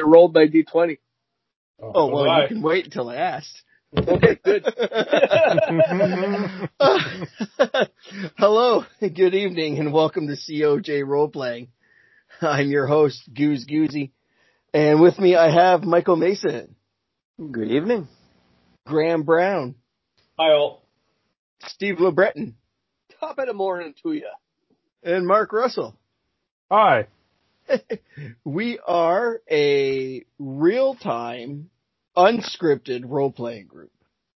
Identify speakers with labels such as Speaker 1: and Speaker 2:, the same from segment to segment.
Speaker 1: rolled by D20.
Speaker 2: Oh, well,
Speaker 1: you
Speaker 2: Alright.
Speaker 1: can wait until I asked. Okay, good. Hello, good evening, and welcome to COJ Roleplaying. I'm your host, Goose Goozy, and with me I have Michael Mason,
Speaker 3: Good evening.
Speaker 1: Graham Brown,
Speaker 2: Hi all.
Speaker 1: Steve LeBreton,
Speaker 4: Top of the morning to you.
Speaker 1: and Mark Russell.
Speaker 5: Hi.
Speaker 1: We are a real-time, unscripted role-playing group.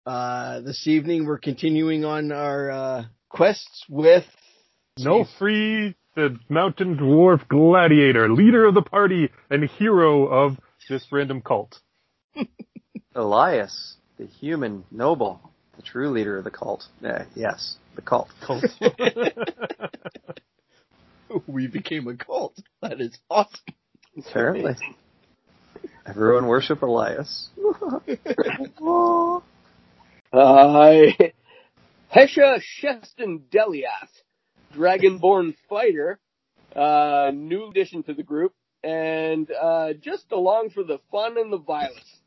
Speaker 1: Uh, this evening we're continuing on our uh, quests with
Speaker 5: No free the mountain dwarf gladiator, leader of the party and hero of this random cult.
Speaker 3: Elias, the human noble, the true leader of the cult. Uh, yes, the cult.
Speaker 5: Cult.
Speaker 1: we became a cult. That is awesome.
Speaker 3: Apparently. Everyone worship Elias.
Speaker 4: Hi. Uh, Hesha Sheston Delias, Dragonborn fighter, uh, new addition to the group, and uh, just along for the fun and the violence.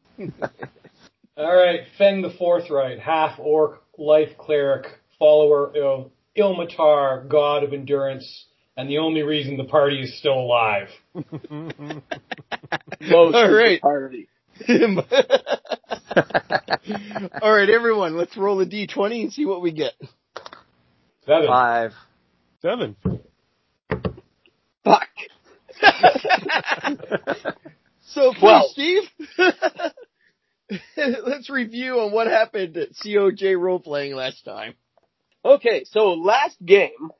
Speaker 2: All right, Feng the Forthright, half orc, life cleric, follower of Ilmatar, god of endurance, and the only reason the party is still alive.
Speaker 4: Most
Speaker 1: All
Speaker 4: of the
Speaker 1: right.
Speaker 4: party.
Speaker 1: All right, everyone, let's roll a d20 and see what we get.
Speaker 2: Seven.
Speaker 3: Five.
Speaker 5: Seven.
Speaker 4: Fuck.
Speaker 1: So, please,
Speaker 4: Well.
Speaker 1: Steve, let's review on what happened at COJ role playing last time.
Speaker 4: Okay, so last game,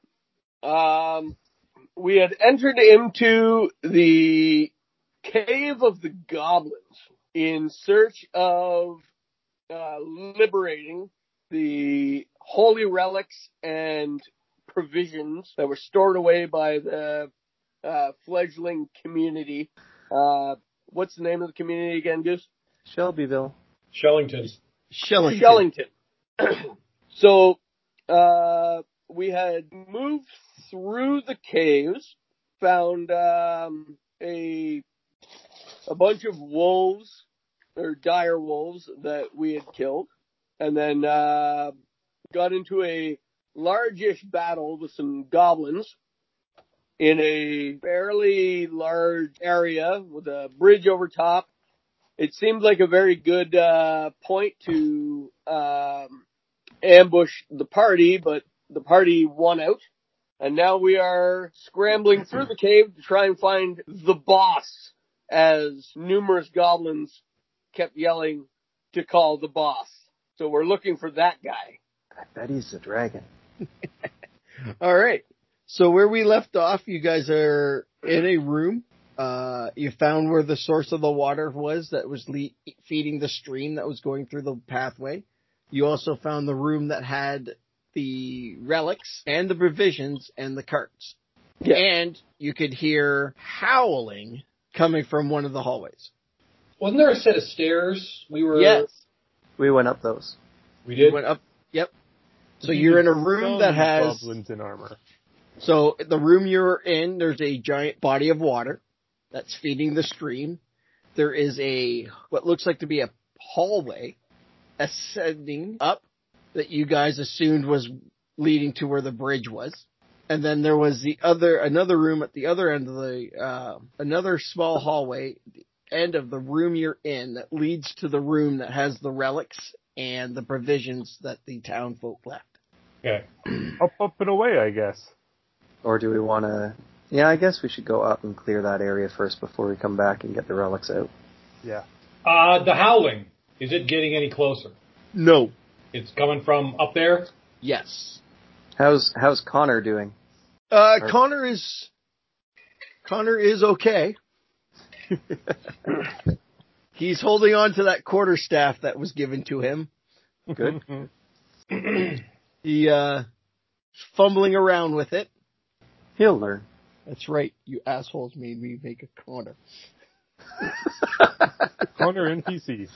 Speaker 4: um, we had entered into the cave of the goblins in search of uh, liberating the holy relics and provisions that were stored away by the uh, fledgling community. Uh, what's the name of the community again, Goose?
Speaker 3: Shelbyville.
Speaker 2: Shellington.
Speaker 1: Shelling.
Speaker 4: Shellington. so uh, we had moved through the caves, found um, a a bunch of wolves or dire wolves that we had killed, and then uh, got into a largish battle with some goblins in a fairly large area with a bridge over top it seemed like a very good uh, point to um, ambush the party, but the party won out. And now we are scrambling through the cave to try and find the boss, as numerous goblins kept yelling to call the boss. So we're looking for that guy.
Speaker 3: I bet he's a dragon.
Speaker 1: All right. So where we left off, you guys are in a room. Uh, you found where the source of the water was that was le- feeding the stream that was going through the pathway. You also found the room that had the relics and the provisions and the carts.
Speaker 4: Yeah.
Speaker 1: And you could hear howling coming from one of the hallways.
Speaker 2: Wasn't there a set of stairs we were?
Speaker 1: Yes.
Speaker 3: We went up those.
Speaker 2: We
Speaker 1: You
Speaker 2: did.
Speaker 1: went up. Yep. So you're in a room that has
Speaker 5: goblins in armor.
Speaker 1: So the room you're in, there's a giant body of water that's feeding the stream. There is a what looks like to be a hallway ascending up that you guys assumed was leading to where the bridge was. And then there was the other another room at the other end of the uh, another small hallway the end of the room you're in that leads to the room that has the relics and the provisions that the town folk left.
Speaker 2: Okay.
Speaker 5: Up, up and away, I guess.
Speaker 3: Or do we want to? Yeah, I guess we should go up and clear that area first before we come back and get the relics out.
Speaker 5: Yeah.
Speaker 2: Uh, the howling. Is it getting any closer?
Speaker 1: No.
Speaker 2: It's coming from up there.
Speaker 1: Yes.
Speaker 3: How's How's Connor doing?
Speaker 1: Uh,
Speaker 3: Or-
Speaker 1: Connor is Connor is okay. He's holding on to that quarter staff that was given to him.
Speaker 3: Good.
Speaker 1: He uh fumbling around with it.
Speaker 3: He'll learn.
Speaker 1: That's right. You assholes made me make a Connor.
Speaker 5: Connor NPC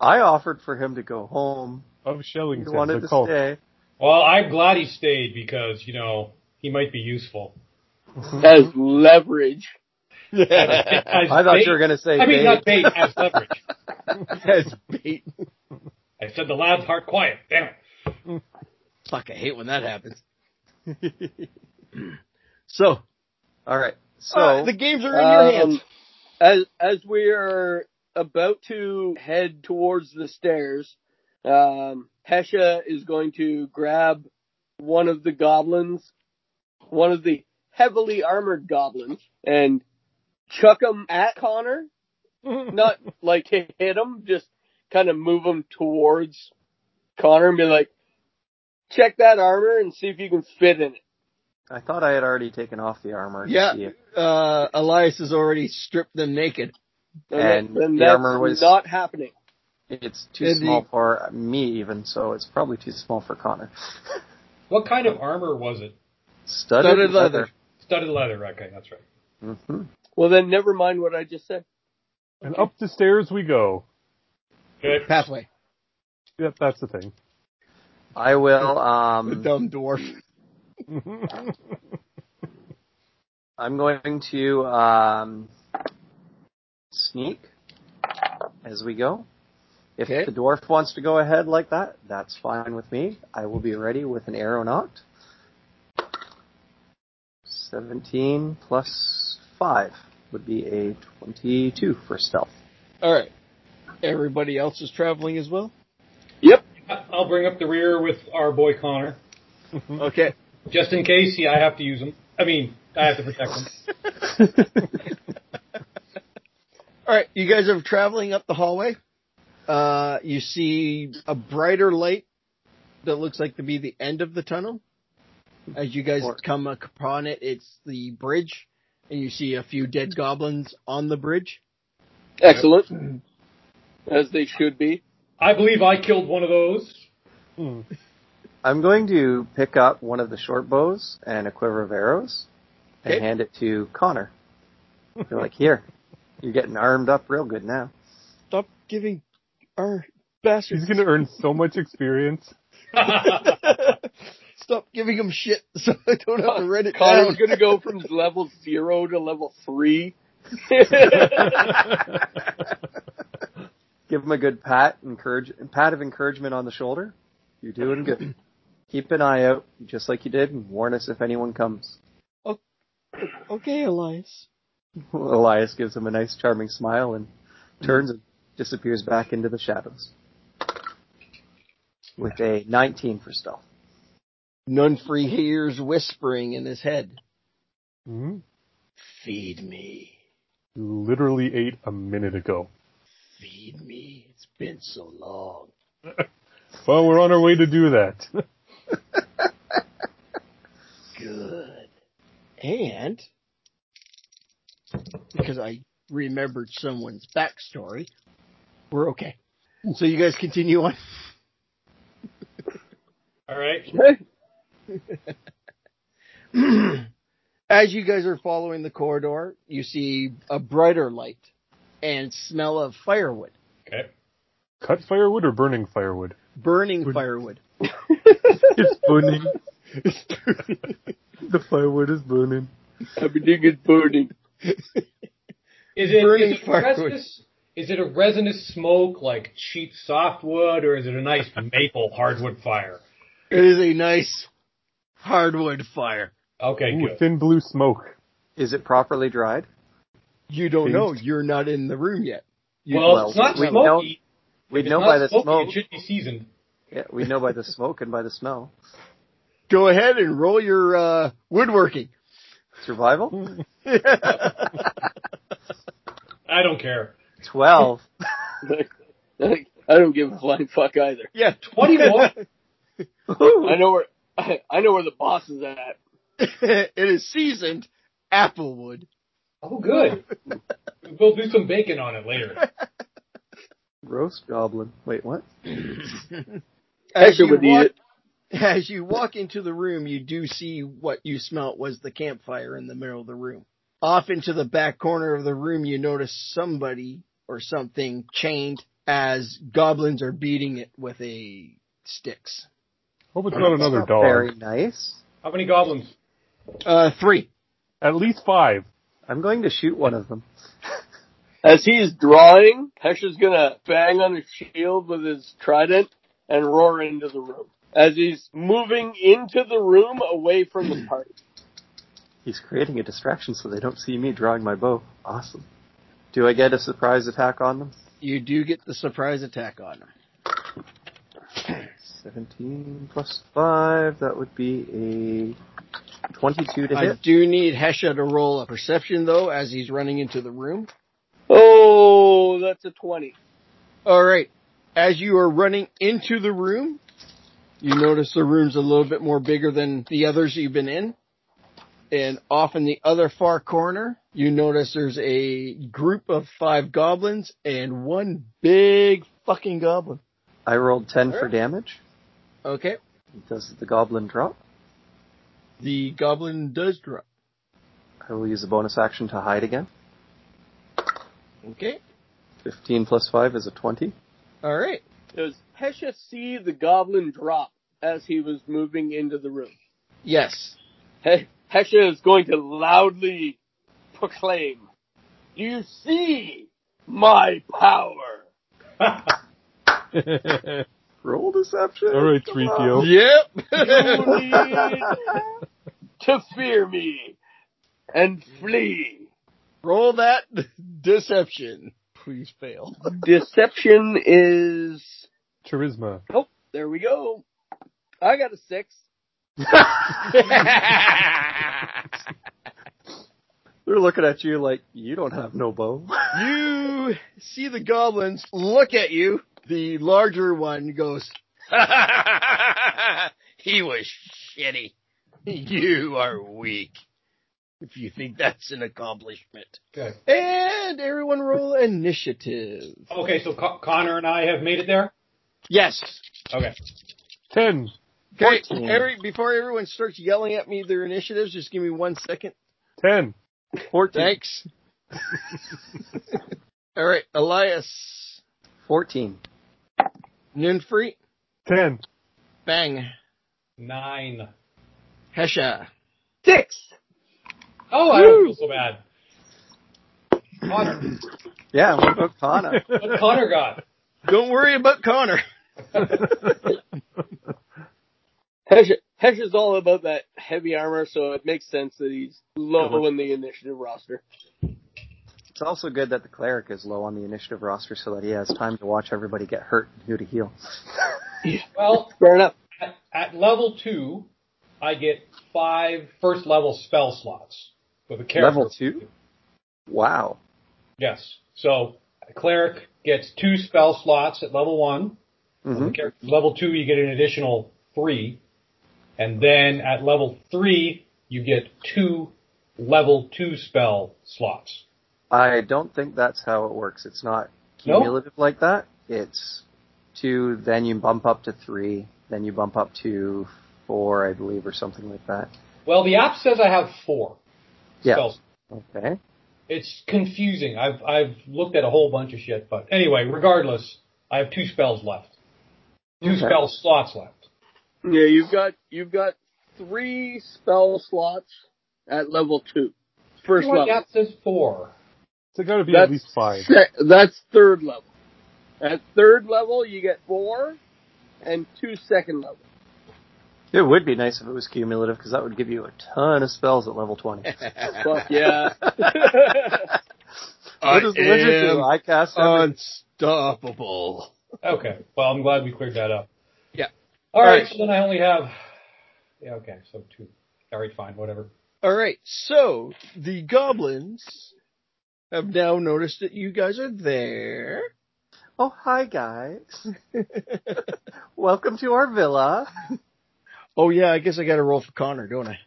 Speaker 3: I offered for him to go home.
Speaker 5: of
Speaker 3: He
Speaker 5: Shellington,
Speaker 3: wanted
Speaker 5: the
Speaker 3: to
Speaker 5: cult.
Speaker 3: stay.
Speaker 2: Well, I'm glad he stayed because you know he might be useful.
Speaker 4: As leverage.
Speaker 2: As
Speaker 3: I thought
Speaker 2: bait-
Speaker 3: you were going to say.
Speaker 2: I mean,
Speaker 3: bait.
Speaker 2: not bait as leverage.
Speaker 1: That's bait.
Speaker 2: I said the loud part quiet. Damn it.
Speaker 1: Fuck, I hate when that happens. so,
Speaker 3: All right. So
Speaker 1: uh, the games are in your hands.
Speaker 4: Um, as as we are about to head towards the stairs, um, Hesha is going to grab one of the goblins, one of the heavily armored goblins, and chuck him at Connor. Not like hit him, just kind of move him towards Connor and be like, check that armor and see if you can fit in it.
Speaker 3: I thought I had already taken off the armor. to
Speaker 1: Yeah.
Speaker 3: see if-
Speaker 1: Uh, Elias has already stripped them naked.
Speaker 3: And
Speaker 4: then
Speaker 3: the
Speaker 4: that's
Speaker 3: armor was-
Speaker 4: not happening.
Speaker 3: It's too
Speaker 1: And the-
Speaker 3: small for me even, so it's probably too small for Connor.
Speaker 2: What kind of armor was it?
Speaker 3: Studded,
Speaker 1: Studded leather.
Speaker 2: Studded leather. Okay, that's right.
Speaker 3: hmm
Speaker 4: Well, then never mind what I just said.
Speaker 5: And up the stairs we go.
Speaker 2: Good.
Speaker 1: Pathway.
Speaker 5: Yep, that's the thing.
Speaker 3: I will.
Speaker 1: The
Speaker 3: Um,
Speaker 1: dumb dwarf.
Speaker 3: I'm going to um, sneak as we go. If
Speaker 1: Okay.
Speaker 3: the dwarf wants to go ahead like that, that's fine with me. I will be ready with an arrow knocked. 17 plus 5 would be a 22 for stealth.
Speaker 1: Alright. Everybody else is traveling as well?
Speaker 2: I'll bring up the rear with our boy Connor,
Speaker 3: Mm-hmm.
Speaker 1: Okay.
Speaker 2: just in case. Yeah, I have to use him. I mean, I have to protect him.
Speaker 1: All right, you guys are traveling up the hallway. Uh, you see a brighter light that looks like to be the end of the tunnel. As you guys
Speaker 3: Or-
Speaker 1: come upon it, it's the bridge, and you see a few dead goblins on the bridge.
Speaker 4: Excellent. As they should be.
Speaker 2: I believe I killed one of those.
Speaker 5: Hmm.
Speaker 3: I'm going to pick up one of the short bows and a quiver of arrows and
Speaker 1: Okay.
Speaker 3: hand it to Connor. They're like, here, you're getting armed up real good now.
Speaker 1: Stop giving our bastards.
Speaker 5: He's gonna earn so much experience.
Speaker 1: Stop giving them shit, so I don't have to write it
Speaker 4: Connor's
Speaker 1: down.
Speaker 4: going to go from level zero to level three.
Speaker 3: Give him a good pat, encourage, pat of encouragement on the shoulder. You're doing good. Keep an eye out, just like you did, and warn us if anyone comes.
Speaker 1: Okay, Elias.
Speaker 3: Elias gives him a nice, charming smile and turns and disappears back into the shadows. With a 19 for stealth.
Speaker 1: Nunfree hears whispering in his head.
Speaker 5: Hmm?
Speaker 1: Feed me.
Speaker 5: You Literally ate a minute ago.
Speaker 1: Feed me. It's been so long.
Speaker 5: Well, we're on our way to do that.
Speaker 1: Good. And because I remembered someone's backstory, we're okay. So you guys continue on.
Speaker 2: All right.
Speaker 1: As you guys are following the corridor, you see a brighter light and smell of firewood,
Speaker 2: Okay.
Speaker 5: Cut firewood or burning firewood?
Speaker 1: burning
Speaker 5: Would-
Speaker 1: firewood.
Speaker 5: It's burning. the firewood is burning.
Speaker 4: Everything is burning.
Speaker 2: Is it,
Speaker 1: Burning
Speaker 2: is it
Speaker 1: firewood.
Speaker 2: resinous? Is it a resinous smoke like cheap softwood, or is it a nice maple hardwood fire?
Speaker 1: It is a nice hardwood fire.
Speaker 2: Okay,
Speaker 5: Ooh,
Speaker 2: good.
Speaker 5: thin blue smoke.
Speaker 3: Is it properly dried?
Speaker 1: You don't know. You're not in the room yet.
Speaker 2: well,
Speaker 3: well,
Speaker 2: it's not
Speaker 3: we know-
Speaker 2: smoky.
Speaker 3: We
Speaker 2: It's
Speaker 3: know
Speaker 2: not
Speaker 3: by the
Speaker 2: smoky,
Speaker 3: smoke.
Speaker 2: It should be seasoned.
Speaker 3: Yeah, we know by the smoke and by the smell.
Speaker 1: Go ahead and roll your uh, woodworking.
Speaker 3: Survival?
Speaker 2: I don't care.
Speaker 3: 12.
Speaker 4: Like, like, I don't give a flying fuck either.
Speaker 1: yeah,
Speaker 2: Twenty-one.
Speaker 4: I know where I, I know where the boss is at.
Speaker 1: it is seasoned applewood.
Speaker 2: oh, good. We'll do some bacon on it later.
Speaker 3: Roast goblin. Wait, what?
Speaker 1: As
Speaker 4: Hesha
Speaker 1: you,
Speaker 4: would eat
Speaker 1: walk,
Speaker 4: it.
Speaker 1: as you walk into the room, you do see what you smelt was the campfire in the middle of the room. Off into the back corner of the room, you notice somebody or something chained as goblins are beating it with a sticks.
Speaker 5: Hope it's Oh, not another
Speaker 3: Not
Speaker 5: dog.
Speaker 3: Very nice.
Speaker 2: How many goblins?
Speaker 1: Uh, three.
Speaker 5: At least five.
Speaker 3: I'm going to shoot one of them.
Speaker 4: As he is drawing, Hesh is gonna bang on his shield with his trident and roar into the room. As he's moving into the room away from the party.
Speaker 3: He's creating a distraction so they don't see me drawing my bow. Awesome. Do I get a surprise attack on them?
Speaker 1: You do get the surprise attack on him.
Speaker 3: 17 plus 5, that would be a 22 to
Speaker 1: I
Speaker 3: hit.
Speaker 1: do need Hesha to roll a perception though as he's running into the room.
Speaker 4: Oh, that's a 20.
Speaker 1: All right. As you are running into the room, you notice the room's a little bit more bigger than the others you've been in. And off in the other far corner, you notice there's a group of five goblins and one big fucking goblin.
Speaker 3: I rolled 10 for damage.
Speaker 1: Okay.
Speaker 3: Does the goblin drop?
Speaker 1: The goblin does drop.
Speaker 3: I will use a bonus action to hide again.
Speaker 1: Okay.
Speaker 3: 15 plus 5 is a 20.
Speaker 1: All right.
Speaker 4: Does Hesha see the goblin drop as he was moving into the room?
Speaker 1: Yes.
Speaker 4: He- Hesha is going to loudly proclaim, You see my power!
Speaker 3: Roll deception.
Speaker 5: All right,
Speaker 3: Come
Speaker 5: 3PO.
Speaker 4: You
Speaker 1: Yep.
Speaker 4: need
Speaker 3: on.
Speaker 4: to fear me and flee.
Speaker 1: Roll that deception. Please fail.
Speaker 4: Deception is.
Speaker 5: Charisma.
Speaker 4: Nope, there we go. I got a six.
Speaker 3: They're looking at you like, you don't have no bow.
Speaker 1: You see the goblins look at you. The larger one goes, he was shitty. You are weak. If you think that's an accomplishment.
Speaker 2: Okay.
Speaker 1: And everyone roll initiative.
Speaker 2: Okay, so Co- Connor and I have made it there.
Speaker 1: Yes.
Speaker 2: Okay.
Speaker 5: 10.
Speaker 1: Okay. Every, before everyone starts yelling at me their initiatives, just give me one second.
Speaker 5: 10.
Speaker 3: 14.
Speaker 1: Thanks. All right. Elias,
Speaker 3: 14.
Speaker 1: Ninfree,
Speaker 5: 10.
Speaker 1: Bang,
Speaker 2: Nine.
Speaker 1: Hesha.
Speaker 4: Six!
Speaker 2: Oh, I don't feel so bad. Connor.
Speaker 3: Yeah, what about Kana?
Speaker 2: What Connor got?
Speaker 1: Don't worry about Connor.
Speaker 4: Hesh, Hesh is all about that heavy armor, so it makes sense that he's low in the initiative roster.
Speaker 3: It's also good that the cleric is low on the initiative roster so that he has time to watch everybody get hurt and who to heal.
Speaker 2: Well,
Speaker 4: Fair enough.
Speaker 2: at, at level two, I get five first level spell slots with a character.
Speaker 3: Level two? Wow.
Speaker 2: Yes. So a cleric gets two spell slots at level one.
Speaker 3: Mhm.
Speaker 2: Char- Level two, you get an additional three, and then at level three, you get two level two spell slots.
Speaker 3: I don't think that's how it works. It's not cumulative like that. It's two, then you bump up to three, then you bump up to four, I believe, or something like that.
Speaker 2: Well, the app says I have four
Speaker 3: Yeah.
Speaker 2: spells.
Speaker 3: Okay.
Speaker 2: It's confusing. I've I've looked at a whole bunch of shit, but anyway, regardless, I have two spells left, two
Speaker 3: Okay.
Speaker 2: spell slots left.
Speaker 4: Yeah, you've got you've got three spell slots at level two. First
Speaker 2: Well, the
Speaker 4: level.
Speaker 2: app says four.
Speaker 5: It's gotta be at
Speaker 4: That's
Speaker 5: least 5.
Speaker 4: se- that's third level. At third level, you get four and two second level.
Speaker 3: It would be nice if it was cumulative because that would give you a ton of spells at level 20.
Speaker 4: Fuck yeah.
Speaker 3: What does the wizard do? I cast every-
Speaker 1: unstoppable.
Speaker 2: Okay. Well, I'm glad we cleared that up.
Speaker 1: Yeah.
Speaker 2: All
Speaker 1: All
Speaker 2: right.
Speaker 1: right.
Speaker 2: So then I only have. Yeah. Okay. So two. All right. Fine. Whatever.
Speaker 1: All right, so the goblins have now noticed that you guys are there.
Speaker 3: Oh, hi, guys. Welcome to our villa.
Speaker 1: oh yeah, I guess I got to roll for Connor, don't I?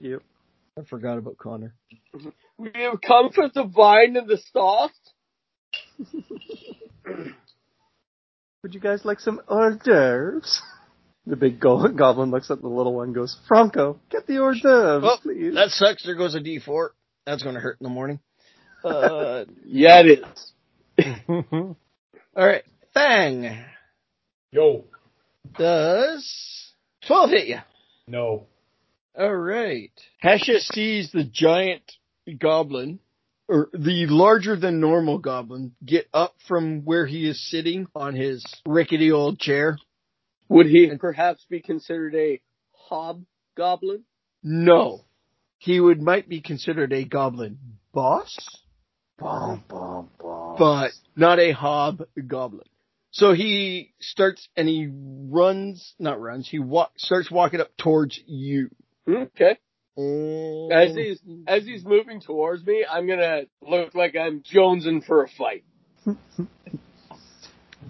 Speaker 3: Yep.
Speaker 1: I forgot about Connor.
Speaker 4: we have come for the vine and the sauce.
Speaker 3: Would you guys like some hors d'oeuvres? The big go- goblin looks at the little one and goes, Franco, get the hors d'oeuvres,
Speaker 1: Well,
Speaker 3: please.
Speaker 1: Oh, That sucks. There goes a D four. That's going to hurt in the morning. Uh,
Speaker 4: Yeah, it is.
Speaker 1: all right, Fang
Speaker 2: Yo.
Speaker 1: does twelve hit you?
Speaker 2: No.
Speaker 1: All right. Hesha sees the giant goblin, or the larger than normal goblin, get up from where he is sitting on his rickety old chair?
Speaker 4: Would he perhaps be considered a hobgoblin?
Speaker 1: No. He would might be considered a goblin boss,
Speaker 3: Bum, bum, bum.
Speaker 1: but not a hobgoblin. So he starts and he runs, not runs, he wa- starts walking up towards you.
Speaker 4: Hmm? Okay.
Speaker 1: And
Speaker 4: As he's as he's moving towards me, I'm gonna look like I'm jonesing for a fight.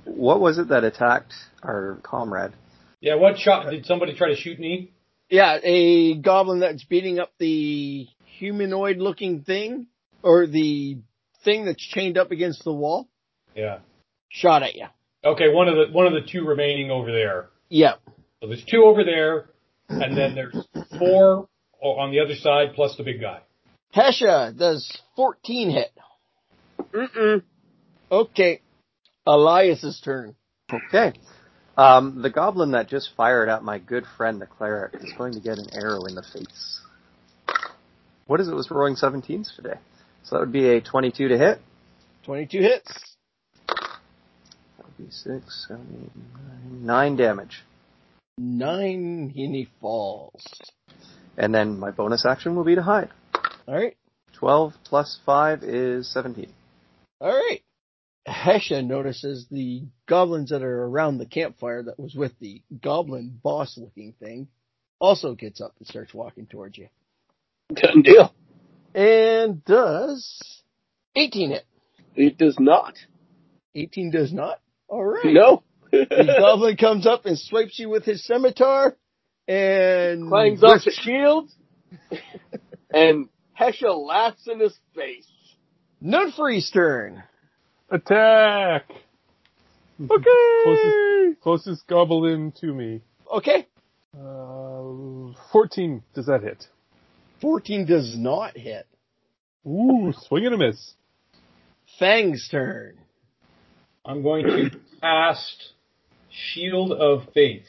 Speaker 3: What was it that attacked our comrade?
Speaker 2: Yeah, what shot? Did somebody try to shoot me?
Speaker 1: Yeah, a goblin that's beating up the humanoid looking thing or the thing that's chained up against the wall
Speaker 2: Yeah.
Speaker 1: shot at you.
Speaker 2: Okay, one of the one of the two remaining over there.
Speaker 1: Yeah.
Speaker 2: So there's two over there, and then there's four o- on the other side plus the big guy.
Speaker 1: Hesha does 14 hit.
Speaker 4: Mm-mm.
Speaker 1: Okay. Elias's turn.
Speaker 3: Okay. Um, the goblin that just fired at my good friend the cleric is going to get an arrow in the face. What is it? Was rolling 17s today, so that would be a 22 to hit.
Speaker 1: 22 hits.
Speaker 3: That would be six, seven, eight, nine, nine damage,
Speaker 1: Nine, and he falls.
Speaker 3: and then my bonus action will be to hide.
Speaker 1: All right.
Speaker 3: 12 plus five is 17.
Speaker 1: All right. Hesha notices the goblins that are around the campfire that was with the goblin boss looking thing also gets up and starts walking towards you.
Speaker 4: Done deal.
Speaker 1: And does 18 hit.
Speaker 4: It does not.
Speaker 1: 18 does not. All right.
Speaker 4: No.
Speaker 1: The goblin comes up and swipes you with his scimitar and
Speaker 4: Clangs off the shield, and Hesha laughs in his face.
Speaker 1: Nunfree's turn.
Speaker 5: Attack!
Speaker 1: Okay.
Speaker 5: Closest, closest goblin to me.
Speaker 1: Okay.
Speaker 5: Uh, 14. Does that hit?
Speaker 1: 14 does not hit.
Speaker 5: Ooh, swing and a miss.
Speaker 1: Fang's turn.
Speaker 2: I'm going to cast Shield of Faith.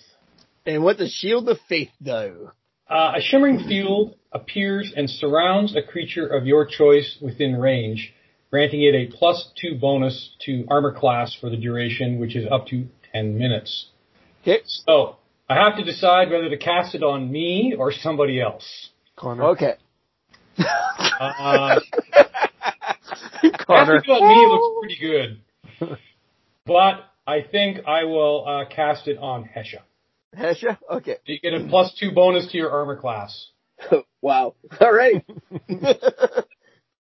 Speaker 1: And what does Shield of Faith do?
Speaker 2: Uh, a shimmering field appears and surrounds a creature of your choice within range, granting it a plus two bonus to armor class for the duration, which is up to 10 minutes.
Speaker 1: Okay.
Speaker 2: So, I have to decide whether to cast it on me or somebody else.
Speaker 5: Connor.
Speaker 1: Okay.
Speaker 2: Uh,
Speaker 3: Connor,
Speaker 2: Casting it on me looks pretty good. but I think I will uh, cast it on Hesha.
Speaker 1: Hesha? Okay.
Speaker 2: You get a plus two bonus to your armor class.
Speaker 4: wow. All right.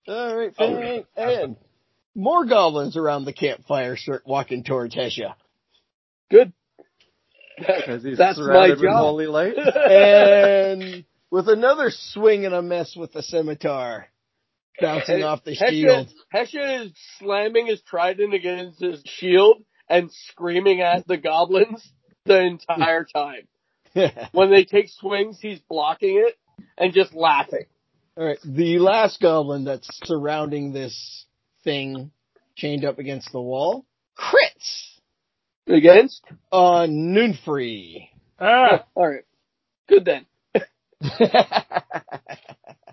Speaker 1: All right, Fang. And more goblins around the campfire start walking towards Hesha.
Speaker 4: Good.
Speaker 3: as he's
Speaker 4: That's my
Speaker 3: surrounded with
Speaker 4: job.
Speaker 3: holy light.
Speaker 1: And with another swing and a mess with the scimitar bouncing off the shield.
Speaker 4: Hesha is slamming his trident against his shield and screaming at the goblins the entire time. When they take swings, he's blocking it and just laughing.
Speaker 1: All right, the last goblin that's surrounding this thing chained up against the wall crits
Speaker 4: Against?
Speaker 1: on Noonfree.
Speaker 5: Ah!
Speaker 4: All right. Good then.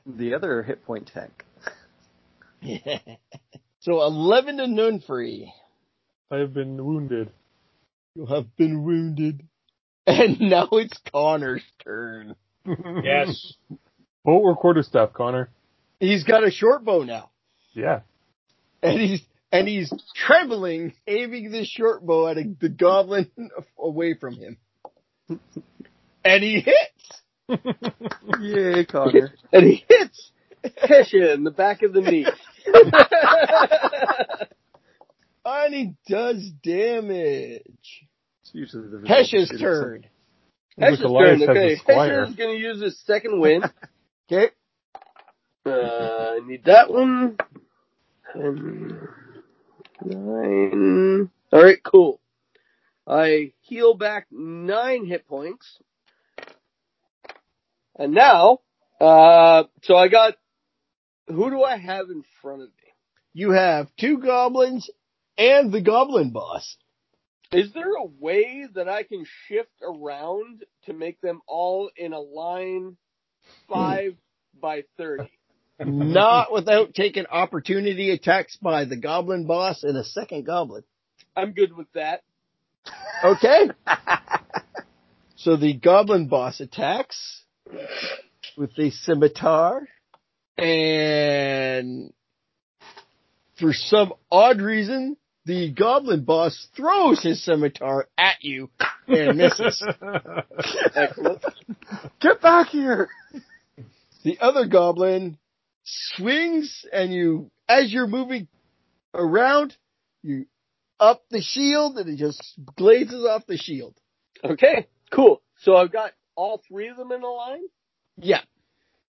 Speaker 3: The other hit point tank.
Speaker 1: so 11 to Noonfree.
Speaker 5: I have been wounded.
Speaker 1: You have been wounded. And now it's Connor's turn.
Speaker 2: Yes.
Speaker 5: Boat or quarterstaff, Connor?
Speaker 1: He's got a short bow now.
Speaker 5: Yeah.
Speaker 1: And he's and he's trembling, aiming this short bow at a, the goblin away from him. And he hits.
Speaker 3: Yay, Connor.
Speaker 4: And he hits Hesha in the back of the knee.
Speaker 1: And he does damage.
Speaker 3: It's usually the result of
Speaker 1: Hesh's
Speaker 3: shooting
Speaker 1: turn.
Speaker 4: Hesha's turn.
Speaker 5: Goliath has a
Speaker 4: Okay.
Speaker 5: squire.
Speaker 4: Hesha is going to use his second win.
Speaker 1: Okay.
Speaker 4: Uh, I need that one. Um, nine. All right, cool. I heal back nine hit points, and now, uh, so I got. Who do I have in front of me?
Speaker 1: You have two goblins and the goblin boss.
Speaker 4: Is there a way that I can shift around
Speaker 5: Hmm.
Speaker 4: to make them all in a line five by thirty?
Speaker 1: Not without taking opportunity attacks by the goblin boss and a second goblin.
Speaker 4: I'm good with that.
Speaker 1: Okay. so the goblin boss attacks with the scimitar and for some odd reason, the goblin boss throws his scimitar at you and misses.
Speaker 4: Excellent.
Speaker 3: Get back here!
Speaker 1: the other goblin swings and you, as you're moving around, you up the shield and it just glazes off the shield.
Speaker 4: Okay, cool. So I've got all three of them in a line.
Speaker 1: Yeah.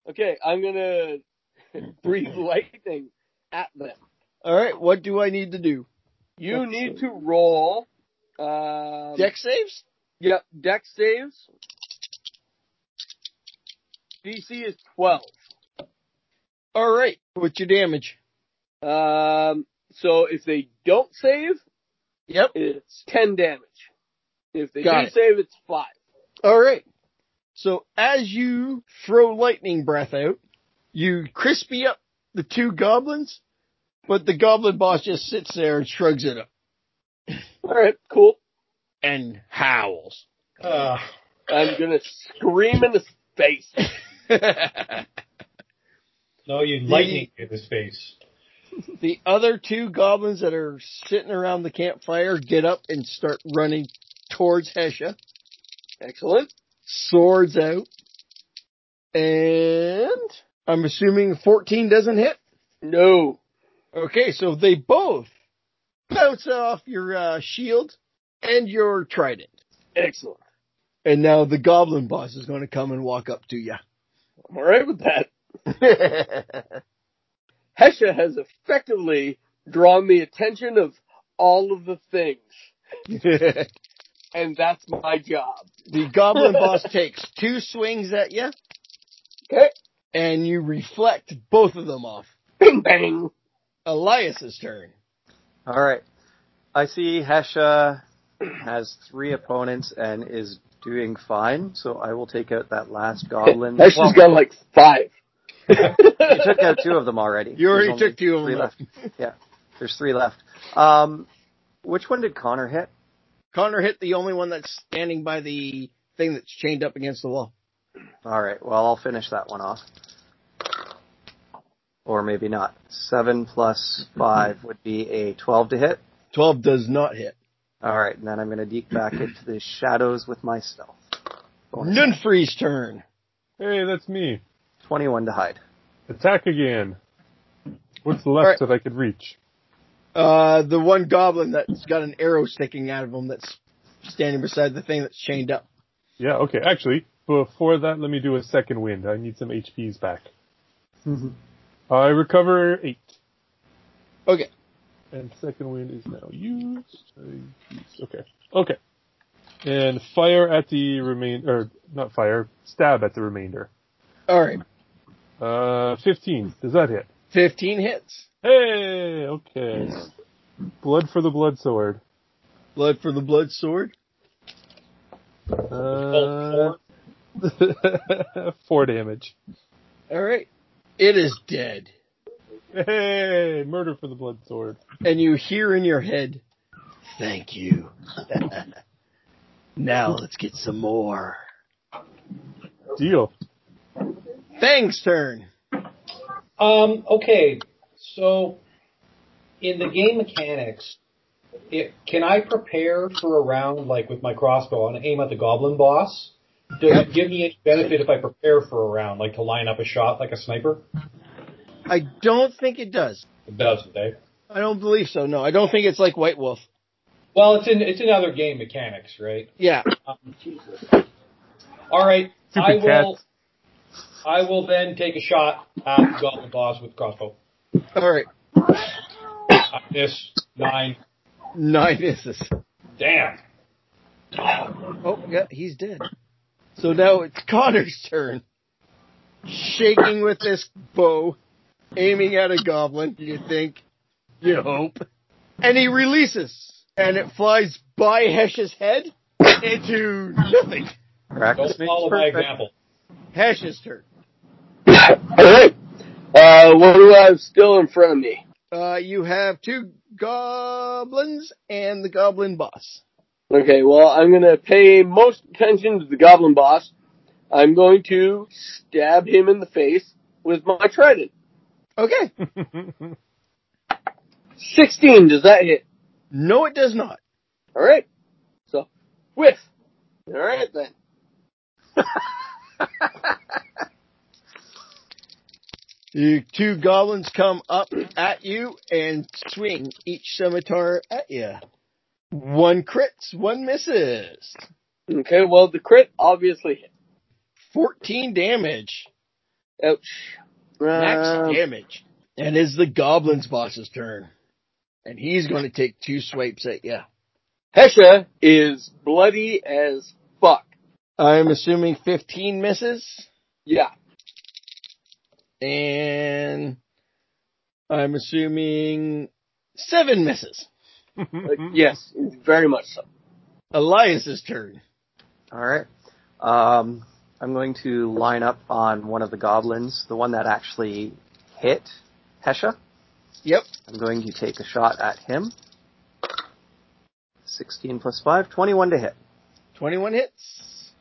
Speaker 4: Okay, I'm gonna breathe lightning at them.
Speaker 1: All right. What do I need to do?
Speaker 4: You need to roll. Um,
Speaker 1: Deck saves?
Speaker 4: Yep. Deck saves. DC is twelve.
Speaker 1: All right. What's your damage?
Speaker 4: Um, so if they don't save,
Speaker 1: Yep.
Speaker 4: it's ten damage. If they
Speaker 1: Got
Speaker 4: do
Speaker 1: it.
Speaker 4: save, it's five.
Speaker 1: All right. So as you throw lightning breath out, you crispy up the two goblins, but the goblin boss just sits there and shrugs it up
Speaker 4: All right, cool.
Speaker 1: and howls.
Speaker 2: Uh,
Speaker 4: I'm gonna scream in his face.
Speaker 1: the
Speaker 2: no, you lightning in his face.
Speaker 1: other two goblins that are sitting around the campfire get up and start running towards Hesha,
Speaker 4: Excellent.
Speaker 1: swords out. And I'm assuming 14 doesn't hit.
Speaker 4: No.
Speaker 1: Okay, so they both bounce off your uh, shield and your trident.
Speaker 4: Excellent.
Speaker 1: And now the goblin boss is going to come and walk up to you.
Speaker 4: I'm all right with that. Hesha has effectively drawn the attention of all of the things,
Speaker 1: the
Speaker 4: and that's my job.
Speaker 1: goblin boss takes two swings at you.
Speaker 4: Okay.
Speaker 1: And you reflect both of them off.
Speaker 4: Bing bang.
Speaker 1: Elias's turn.
Speaker 3: All right. I see Hesha has three opponents and is doing fine, so I will take out that last goblin.
Speaker 4: Hesha's
Speaker 3: Well,
Speaker 4: got like five.
Speaker 3: I took out two of them already.
Speaker 1: You already
Speaker 3: There's only
Speaker 1: took two of
Speaker 3: three
Speaker 1: them.
Speaker 3: left. Yeah, there's three left. Um, which one did Connor hit?
Speaker 1: Connor hit the only one that's standing by the thing that's chained up against the wall.
Speaker 3: All right. Well, I'll finish that one off. Or maybe not. Seven plus five would be a twelve to hit.
Speaker 1: 12 does not hit.
Speaker 3: All right, and then I'm going to deke back into the shadows with my stealth. Bonus.
Speaker 1: Nunfree's turn.
Speaker 5: hey, that's me.
Speaker 3: Twenty-one to hide.
Speaker 5: Attack again. What's left
Speaker 1: Alright.
Speaker 5: that I could reach?
Speaker 1: Uh, the one goblin that's got an arrow sticking out of him that's standing beside the thing that's chained up.
Speaker 5: Yeah, okay. Actually, before that, let me do a second wind. I need some HPs back.
Speaker 3: Mm-hmm.
Speaker 5: I recover eight,
Speaker 1: Okay.
Speaker 5: and second wind is now used. I used- Okay, okay. And fire at the remain, or not fire, stab at the remainder.
Speaker 1: All right.
Speaker 5: Uh, fifteen. Does that hit?
Speaker 1: 15 hits.
Speaker 5: Hey, okay. Blood for the blood sword.
Speaker 1: Blood for the blood sword.
Speaker 5: Uh, four damage.
Speaker 1: All right. It is dead.
Speaker 5: Hey, murder for the blood sword.
Speaker 1: And you hear in your head, thank you. now let's get some more.
Speaker 5: Deal.
Speaker 1: Fang's turn.
Speaker 2: Um, okay, so in the game mechanics, it, can I prepare for a round like with my crossbow and aim at the goblin boss? Does it give me any benefit if I prepare for a round, like to line up a shot like a sniper?
Speaker 1: I don't think it does.
Speaker 2: It doesn't, eh?
Speaker 1: I don't believe so. No, I don't think it's like White Wolf.
Speaker 2: Well, it's in it's in other game mechanics, right?
Speaker 1: Yeah.
Speaker 2: All right, I
Speaker 5: Stupid
Speaker 2: will. I will then take a shot at the goblin boss with crossbow.
Speaker 1: All right.
Speaker 2: I miss nine.
Speaker 1: Nine misses.
Speaker 2: Damn.
Speaker 1: Oh, yeah, he's dead. So now it's Connor's turn. Shaking with this bow, aiming at a goblin, you think, you hope. And he releases, and it flies by Hesh's head into nothing.
Speaker 3: Practice
Speaker 2: Don't
Speaker 3: makes
Speaker 2: follow my
Speaker 3: perfect.
Speaker 2: example.
Speaker 1: Hesh's turn.
Speaker 4: All right. Uh, what do I have still in front of me?
Speaker 1: Uh, you have two goblins and the goblin boss.
Speaker 4: Okay, well, I'm gonna pay most attention to the goblin boss. I'm going to stab him in the face with my trident.
Speaker 1: Okay.
Speaker 4: Sixteen, does that hit?
Speaker 1: No, it does not.
Speaker 4: Alright. So, whiff. Alright then.
Speaker 1: The two goblins come up at you and swing each scimitar at you. One crits, one misses.
Speaker 4: Okay, well, the crit obviously hit.
Speaker 1: 14 damage.
Speaker 4: Ouch.
Speaker 1: Max
Speaker 4: Um,
Speaker 1: damage. And it's the goblin's boss's turn. And he's going to take two swipes at you.
Speaker 4: Hesha is bloody as fuck.
Speaker 1: I'm assuming 15 misses.
Speaker 4: Yeah.
Speaker 1: And I'm assuming seven misses.
Speaker 4: Like, yes, very much so.
Speaker 1: Elias's turn.
Speaker 3: All right. Um, I'm going to line up on one of the goblins, the one that actually hit Hesha.
Speaker 1: Yep.
Speaker 3: I'm going to take a shot at him. 16 plus 5, 21 to hit.
Speaker 1: 21 hits.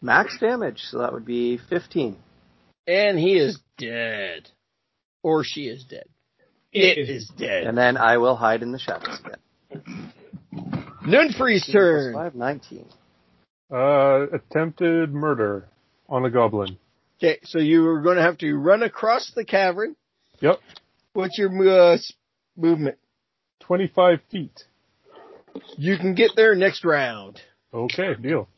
Speaker 3: Max damage, so that would be 15.
Speaker 1: And he is dead. Or she is dead. It is dead.
Speaker 3: And then I will hide in the shadows again.
Speaker 1: Nunfree's
Speaker 3: 15 plus
Speaker 1: turn.
Speaker 3: 5, 19.
Speaker 5: uh, attempted murder on a goblin.
Speaker 1: Okay, so you are going to have to run across the cavern.
Speaker 5: Yep.
Speaker 1: What's your uh, s- movement?
Speaker 5: 25 feet.
Speaker 1: You can get there next round.
Speaker 5: Okay, deal.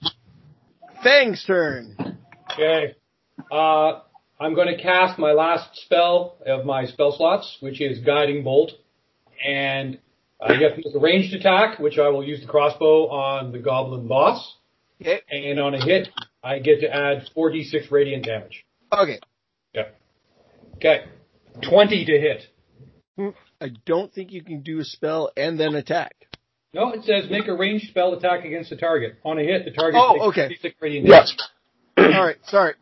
Speaker 1: Fang's turn.
Speaker 2: Okay. Uh, I'm going to cast my last spell of my spell slots, which is Guiding Bolt. And uh, you have to make a ranged attack, which I will use the crossbow on the goblin boss.
Speaker 1: Okay.
Speaker 2: And on a hit, I get to add 4d6 radiant damage.
Speaker 1: Okay.
Speaker 2: Yeah. Okay. 20 to hit.
Speaker 1: I don't think you can do a spell and then attack.
Speaker 2: No, it says make a ranged spell attack against the target. On a hit, the target
Speaker 1: Oh,
Speaker 2: takes
Speaker 1: okay.
Speaker 2: 4d6 radiant
Speaker 4: Yes.
Speaker 2: damage.
Speaker 1: All right. Sorry.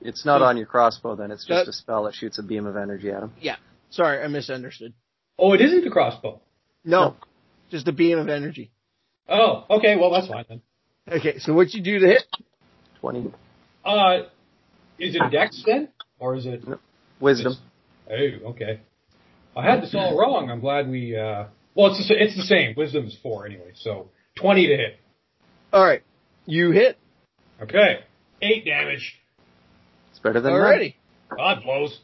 Speaker 3: It's not on your crossbow then, it's just
Speaker 1: That-
Speaker 3: a spell that shoots a beam of energy at him.
Speaker 1: Yeah. Sorry. I misunderstood.
Speaker 2: Oh, it isn't the crossbow.
Speaker 1: No. Just a beam of energy.
Speaker 2: Oh, okay. Well, that's fine then.
Speaker 1: Okay. So what you do to hit?
Speaker 3: 20.
Speaker 2: Uh, is it Dex then, or is it?
Speaker 3: Wisdom.
Speaker 2: Oh, okay. I had this all wrong. I'm glad we. Uh, well, it's the, sa- it's the same. Wisdom's four anyway, so twenty to hit.
Speaker 1: All right. You hit
Speaker 2: Okay, eight damage.
Speaker 3: It's better than none.
Speaker 1: already.
Speaker 2: God blows.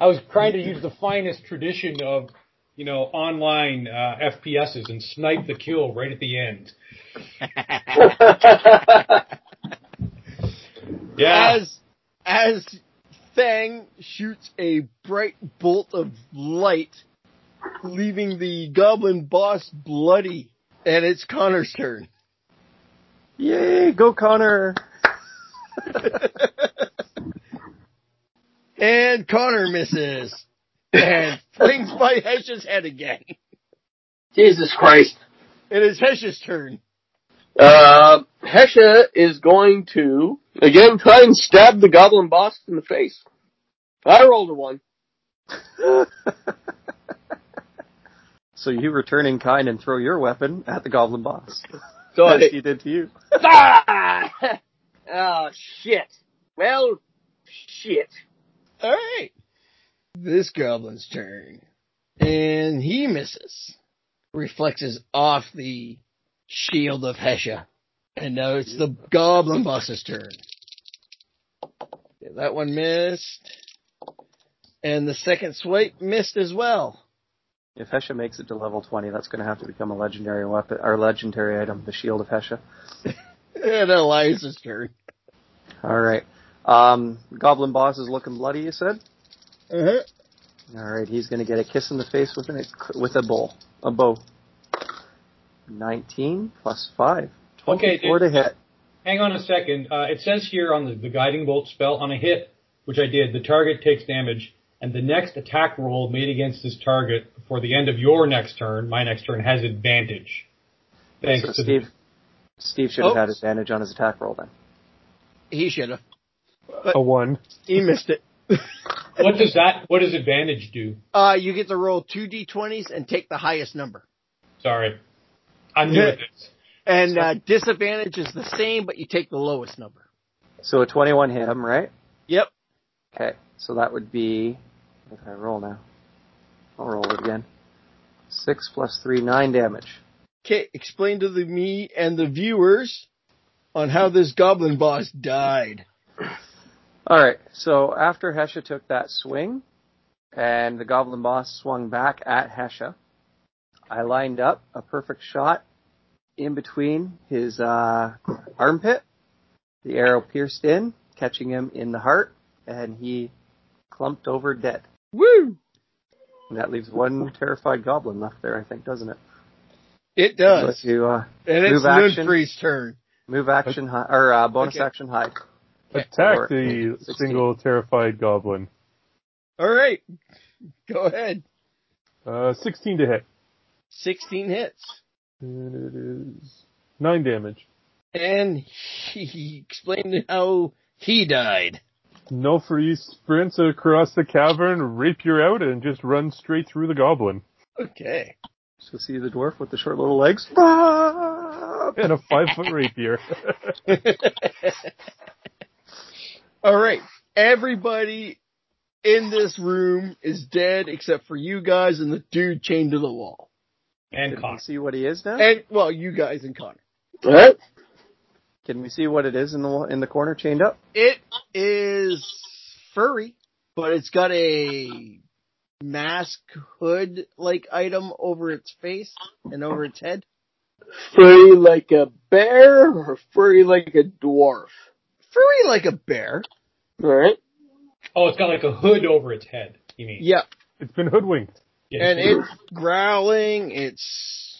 Speaker 2: I was trying to use the finest tradition of, you know, online uh, FPSs and snipe the kill right at the end. Yeah.
Speaker 1: As as Fang shoots a bright bolt of light, leaving the goblin boss bloody, and it's Connor's turn.
Speaker 3: Yay, go Connor!
Speaker 1: and Connor misses and flings by Hesh's head again.
Speaker 4: Jesus Christ.
Speaker 1: It is Hesh's turn.
Speaker 4: Uh, Hesha is going to, again, try and stab the goblin boss in the face. I rolled a one.
Speaker 3: so you return in kind and throw your weapon at the goblin boss.
Speaker 4: So I
Speaker 3: As he did to you.
Speaker 4: ah! Oh, shit. Well, shit.
Speaker 1: All right, this goblin's turn, and he misses. Reflexes off the shield of Hesha, and now it's the goblin boss's turn. Yeah, that one missed, and the second swipe missed as well.
Speaker 3: If Hesha makes it to level 20, that's going to have to become a legendary weapon, or legendary item, the Shield of Hesha.
Speaker 1: And Elias's turn.
Speaker 3: Alright. Um, Goblin Boss is looking bloody, you said?
Speaker 1: Uh-huh.
Speaker 3: Alright, he's going to get a kiss in the face with, an, with a bowl. A bow. 19 plus 5.
Speaker 2: Okay,
Speaker 3: 24
Speaker 2: dude.
Speaker 3: to hit.
Speaker 2: Hang on a second. Uh, it says here on the, the guiding bolt spell on a hit, which I did, the target takes damage, and the next attack roll made against this target before the end of your next turn, my next turn, has advantage. Thanks
Speaker 3: So
Speaker 2: to
Speaker 3: Steve, Steve should have
Speaker 1: Oh.
Speaker 3: had advantage on his attack roll then.
Speaker 1: He should have.
Speaker 5: A one.
Speaker 1: He missed it.
Speaker 2: What does that? What does advantage do?
Speaker 1: Uh, you get to roll two d20s and take the highest number.
Speaker 2: Sorry, I'm new at this.
Speaker 1: And uh, disadvantage is the same, but you take the lowest number.
Speaker 3: So a 21 hit him, right?
Speaker 1: Yep.
Speaker 3: Okay, so that would be. What did I roll now? I'll roll it again. Six plus three, nine damage.
Speaker 1: Okay, explain to the me and the viewers on how this goblin boss died.
Speaker 3: All right. So after Hesha took that swing, and the Goblin Boss swung back at Hesha, I lined up a perfect shot in between his uh, armpit. The arrow pierced in, catching him in the heart, and he clumped over dead.
Speaker 1: Woo!
Speaker 3: And that leaves one terrified goblin left there, I think, doesn't it?
Speaker 1: It does.
Speaker 3: Unless you uh,
Speaker 1: And it's
Speaker 3: Move action.
Speaker 1: Lundfree's turn.
Speaker 3: move action hi- or uh, bonus
Speaker 1: Okay.
Speaker 3: action hide.
Speaker 5: Attack
Speaker 3: Or-
Speaker 5: the
Speaker 3: 16.
Speaker 5: single terrified goblin.
Speaker 1: All right. Go ahead.
Speaker 5: Uh, 16 to hit.
Speaker 1: 16 hits.
Speaker 5: And it is 9 damage.
Speaker 1: And he, he explained how he died.
Speaker 5: Nelfree sprints across the cavern, rapier out, and just runs straight through the goblin.
Speaker 1: Okay.
Speaker 3: So see the dwarf with the short little legs. Ah!
Speaker 5: And a five foot rapier.
Speaker 1: All right. Everybody in this room is dead except for you guys and the dude chained to the wall.
Speaker 2: And
Speaker 3: Can we
Speaker 2: cost.
Speaker 3: see what he is now?
Speaker 1: And, well, you guys and Connor.
Speaker 4: What?
Speaker 3: Can we see what it is in the in the corner chained up?
Speaker 1: It is furry, but it's got a mask hood like item over its face and over its head.
Speaker 4: Furry like a bear or furry like a dwarf?
Speaker 1: Furry like a bear.
Speaker 4: All right.
Speaker 2: Oh, it's got like a hood over its head. You mean?
Speaker 1: Yep.
Speaker 5: it's been hoodwinked.
Speaker 2: Yeah,
Speaker 1: And
Speaker 2: it's-
Speaker 1: it's growling, it's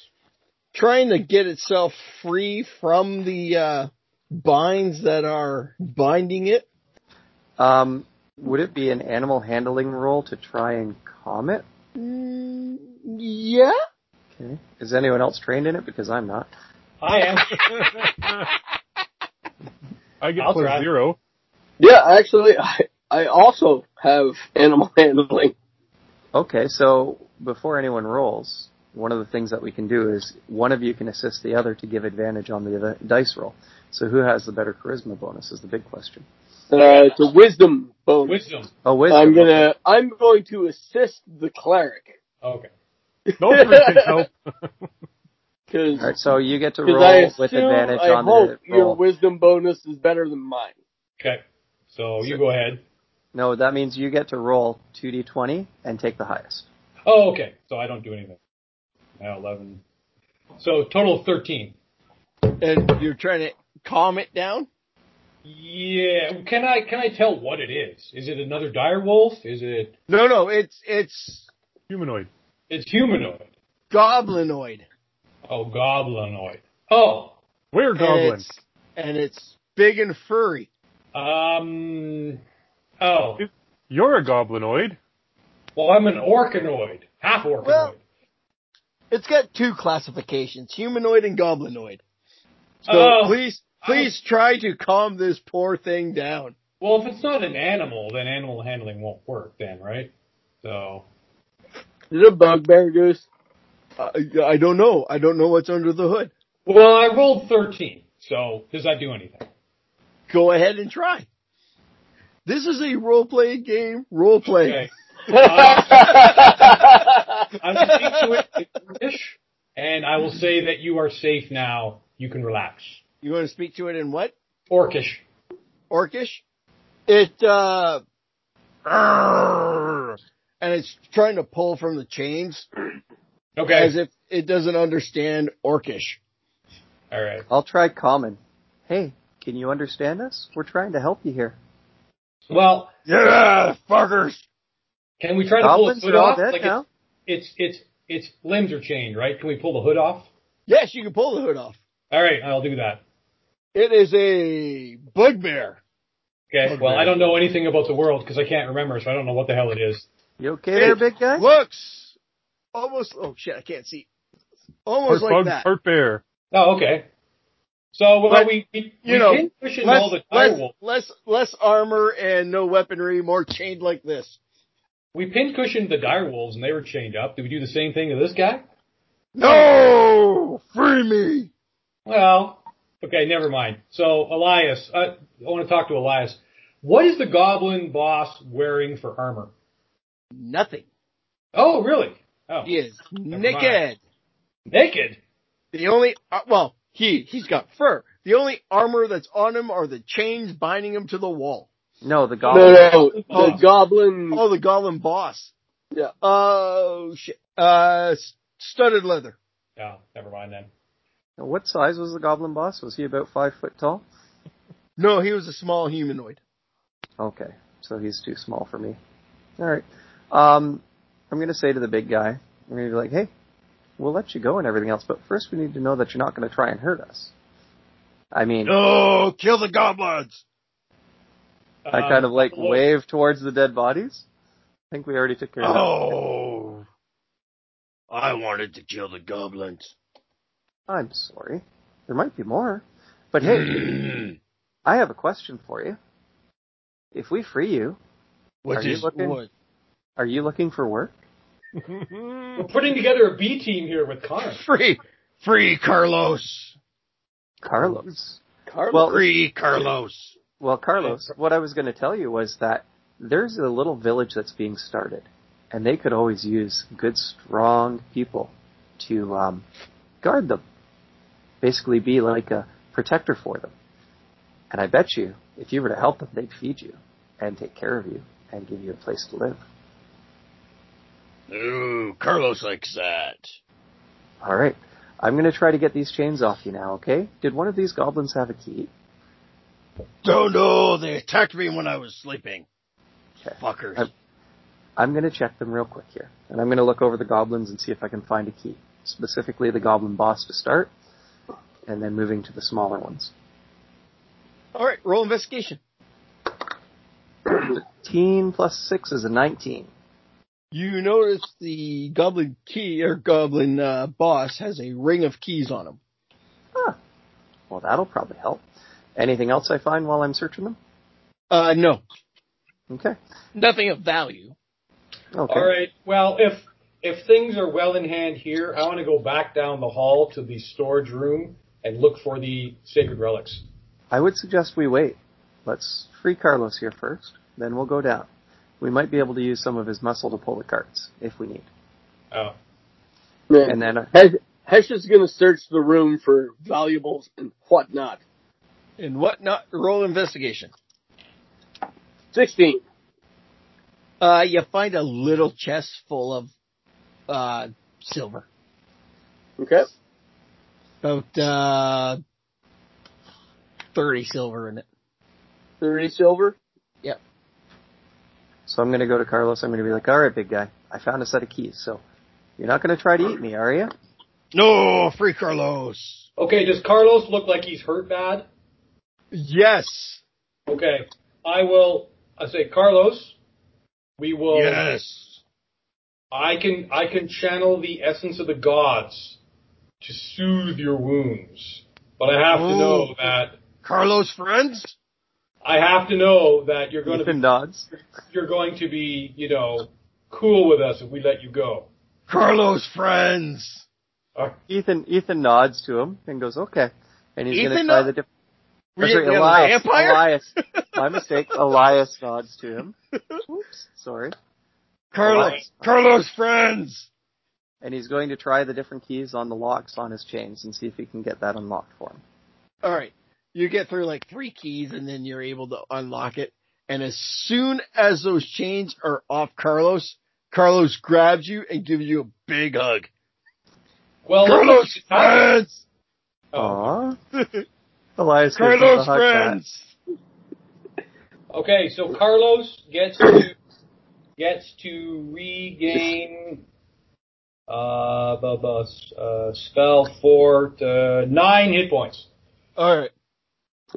Speaker 1: trying to get itself free from the uh binds that are binding it.
Speaker 3: Um, would it be an animal handling role to try and calm it?
Speaker 1: Mm, yeah.
Speaker 3: Okay. Is anyone else trained in it? Because I'm not.
Speaker 2: I am.
Speaker 5: I get
Speaker 2: I'll
Speaker 5: plus
Speaker 2: try.
Speaker 5: zero.
Speaker 4: Yeah, actually, I, I also have animal handling.
Speaker 3: Okay, so before anyone rolls, one of the things that we can do is one of you can assist the other to give advantage on the event- dice roll. So who has the better charisma bonus is the big question.
Speaker 4: Uh, it's a wisdom bonus.
Speaker 2: Wisdom.
Speaker 3: Oh, wisdom.
Speaker 4: I'm gonna, I'm going to assist the cleric
Speaker 2: Okay.
Speaker 5: Nelfree takes help.
Speaker 4: because
Speaker 3: All right, so you get to
Speaker 4: I
Speaker 3: roll with
Speaker 4: assume,
Speaker 3: advantage
Speaker 4: I
Speaker 3: on
Speaker 4: hope
Speaker 3: the
Speaker 4: your
Speaker 3: roll.
Speaker 4: wisdom bonus is better than mine.
Speaker 2: Okay. So you go ahead.
Speaker 3: no, that means you get to roll 2d20 and take the highest.
Speaker 2: Oh, okay. So I don't do anything. Now eleven. So total of thirteen.
Speaker 1: And you're trying to calm it down?
Speaker 2: Yeah. Can I can I tell what it is? Is it another dire wolf? Is it?
Speaker 1: No, no, it's it's
Speaker 5: Humanoid.
Speaker 2: It's humanoid.
Speaker 1: goblinoid.
Speaker 2: Oh, goblinoid. Oh.
Speaker 5: Where
Speaker 1: And
Speaker 5: goblin?
Speaker 1: it's, and it's big and furry.
Speaker 2: Um. Oh.
Speaker 5: You're a goblinoid.
Speaker 2: Well, I'm an orcanoid, half orcanoid.
Speaker 1: Well- It's got two classifications, humanoid and goblinoid. So
Speaker 2: Oh.
Speaker 1: please, please try to calm this poor thing down.
Speaker 2: Well, if it's not an animal, then animal handling won't work then, right? So,
Speaker 4: Is it a bugbear goose?
Speaker 1: Uh, I don't know. I don't know what's under the hood.
Speaker 2: well, I rolled 13. So, does that do anything?
Speaker 1: Go ahead and try. This is a role playing game. Role play.
Speaker 2: Okay. Uh, I'm going to speak to it in English, and I will say that you are safe now. You can relax.
Speaker 1: You want to speak to it in what?
Speaker 2: Orcish.
Speaker 1: Orcish? It uh "Arrgh," and it's trying to pull from the chains
Speaker 2: Okay.
Speaker 1: as if it doesn't understand Orcish.
Speaker 2: All right.
Speaker 3: I'll try common. Hey, can you understand us? We're trying to help you here.
Speaker 2: Well,
Speaker 1: Yeah, fuckers.
Speaker 2: can we try to pull its
Speaker 3: Goblins
Speaker 2: hood
Speaker 3: are all
Speaker 2: off?
Speaker 3: dead
Speaker 2: Like
Speaker 3: now.
Speaker 2: it's, it's, it's, its limbs are chained, right? Can we pull the hood off?
Speaker 1: Yes, you can pull the hood off.
Speaker 2: All right, I'll do that.
Speaker 1: It is a bugbear.
Speaker 2: Okay. Well, I don't know anything about the world because I can't remember, so I don't know what the hell it is.
Speaker 3: You okay there,
Speaker 1: It
Speaker 3: big guy?
Speaker 1: Looks almost. Oh shit, I can't see. Almost
Speaker 5: Heart
Speaker 1: like
Speaker 5: bug,
Speaker 1: that.
Speaker 5: heart bear.
Speaker 2: Oh, okay. So well,
Speaker 1: But,
Speaker 2: we, we
Speaker 1: you
Speaker 2: we
Speaker 1: know,
Speaker 2: can push it all
Speaker 1: Less,
Speaker 2: the
Speaker 1: less,
Speaker 2: direwolf.
Speaker 1: less, less armor and no weaponry, more chained like this.
Speaker 2: We pincushioned the direwolves and they were chained up. Did we do the same thing to this guy?
Speaker 1: No! Free me!
Speaker 2: Well, okay, never mind. So Elias, uh, I want to talk to Elias. What is the goblin boss wearing for armor?
Speaker 1: Nothing.
Speaker 2: Oh, really? Oh,
Speaker 1: He is
Speaker 2: mind.
Speaker 1: naked.
Speaker 2: naked.
Speaker 1: The only, uh, well, he, he's got fur. The only armor that's on him are the chains binding him to the wall.
Speaker 3: No, the
Speaker 4: No,
Speaker 3: goblin.
Speaker 4: no, the
Speaker 2: Oh.
Speaker 4: goblin.
Speaker 1: Oh, the Goblin boss.
Speaker 4: Yeah.
Speaker 1: Oh, shit. Uh, s- studded leather.
Speaker 2: Oh, never mind then.
Speaker 3: What size was the goblin boss? Was he about five foot tall?
Speaker 1: No, he was a small humanoid.
Speaker 3: Okay, so he's too small for me. All right. Um, I'm going to say to the big guy, I'm going to be like, hey, we'll let you go and everything else, but first we need to know that you're not going to try and hurt us. I mean,
Speaker 1: No, kill the goblins!
Speaker 2: Uh,
Speaker 3: I
Speaker 2: Um,
Speaker 3: kind of like
Speaker 2: hello.
Speaker 3: wave towards the dead bodies. I think we already took care of that.
Speaker 1: Oh. I wanted to kill the goblins.
Speaker 3: I'm sorry. There might be more. But
Speaker 1: Mm-hmm.
Speaker 3: hey,
Speaker 1: Hmm.
Speaker 3: I have a question for you. If we free you, Are
Speaker 1: Which
Speaker 3: you
Speaker 1: is
Speaker 3: looking?
Speaker 1: what?
Speaker 3: are you looking for work?
Speaker 2: We're putting together a B team here with Connor.
Speaker 1: Free! Free Carlos!
Speaker 3: Carlos.
Speaker 4: Carlos.
Speaker 3: Well,
Speaker 1: Free Carlos!
Speaker 3: Well, Carlos, what I was going to tell you was that there's a little village that's being started, and they could always use good, strong people to um, guard them. Basically, be like a protector for them. And I bet you, if you were to help them, they'd feed you and take care of you and give you a place to live.
Speaker 1: Ooh, Carlos likes that.
Speaker 3: All right, I'm going to try to get these chains off you now. Okay? Did one of these goblins have a key?
Speaker 1: Don't know, they attacked me when I was sleeping.
Speaker 3: Okay.
Speaker 1: Fuckers.
Speaker 3: I'm- I'm going to check them real quick here, and I'm going to look over the goblins and see if I can find a key, specifically the goblin boss to start, and then moving to the smaller ones.
Speaker 1: Alright, roll investigation.
Speaker 3: Teen plus six is a nineteen.
Speaker 1: You notice the goblin key or goblin uh, boss has a ring of keys on him.
Speaker 3: Well, that'll probably help. Anything else I find while I'm searching them?
Speaker 1: Uh, no,
Speaker 3: Okay.
Speaker 1: nothing of value.
Speaker 3: Okay.
Speaker 2: All right. Well, if if things are well in hand here, I want to go back down the hall to the storage room and look for the sacred relics.
Speaker 3: I would suggest we wait. Let's free Carlos here first, then we'll go down. We might be able to use some of his muscle to pull the carts if we need.
Speaker 2: Oh,
Speaker 4: Man.
Speaker 3: And then uh,
Speaker 4: Hesh, Hesh is going to search the room for valuables and whatnot.
Speaker 1: And whatnot, roll investigation.
Speaker 4: 16.
Speaker 1: Uh, you find a little chest full of, uh, silver.
Speaker 4: Okay.
Speaker 1: About, uh, 30 silver in it.
Speaker 4: 30 silver.
Speaker 3: So I'm going to go to Carlos. I'm going to be like, all right, big guy, I found a set of keys. So you're not going to try to eat me, are you?
Speaker 1: No, free Carlos!
Speaker 2: okay. Does Carlos look like he's hurt bad?
Speaker 1: Yes!
Speaker 2: Okay. I will. I say, Carlos. We will.
Speaker 1: Yes!
Speaker 2: I can. I can channel the essence of the gods to soothe your wounds, but I have to know
Speaker 1: Ooh.
Speaker 2: that
Speaker 1: Carlos friends?
Speaker 2: I have to know that you're going to be
Speaker 3: Ethan nods.
Speaker 2: you're going to be, you know, cool with us if we let you go.
Speaker 1: Carlos friends!
Speaker 2: Uh,
Speaker 3: Ethan Ethan nods to him and goes, "Okay," and he's going to
Speaker 1: Ethan
Speaker 3: try
Speaker 1: nod-
Speaker 3: the. Diff-
Speaker 1: Were
Speaker 3: or
Speaker 1: you
Speaker 3: sorry,
Speaker 1: the
Speaker 3: Elias.
Speaker 1: vampire?
Speaker 3: Elias. My mistake. Elias nods to him. Oops, sorry.
Speaker 1: Carlos, Carlos friends!
Speaker 3: And he's going to try the different keys on the locks on his chains and see if he can get that unlocked for him.
Speaker 1: All right. You get through like three keys and then you're able to unlock it. And as soon as those chains are off Carlos, Carlos grabs you and gives you a big hug. Oh,
Speaker 2: well,
Speaker 1: Carlos
Speaker 2: look at-
Speaker 1: friends!
Speaker 2: Oh,
Speaker 3: Aww. Elias gives him the
Speaker 1: Carlos
Speaker 3: hug back.
Speaker 1: friends!
Speaker 2: okay, so Carlos gets to gets to regain uh, bu- bu- uh spell for uh, nine hit points.
Speaker 1: All right.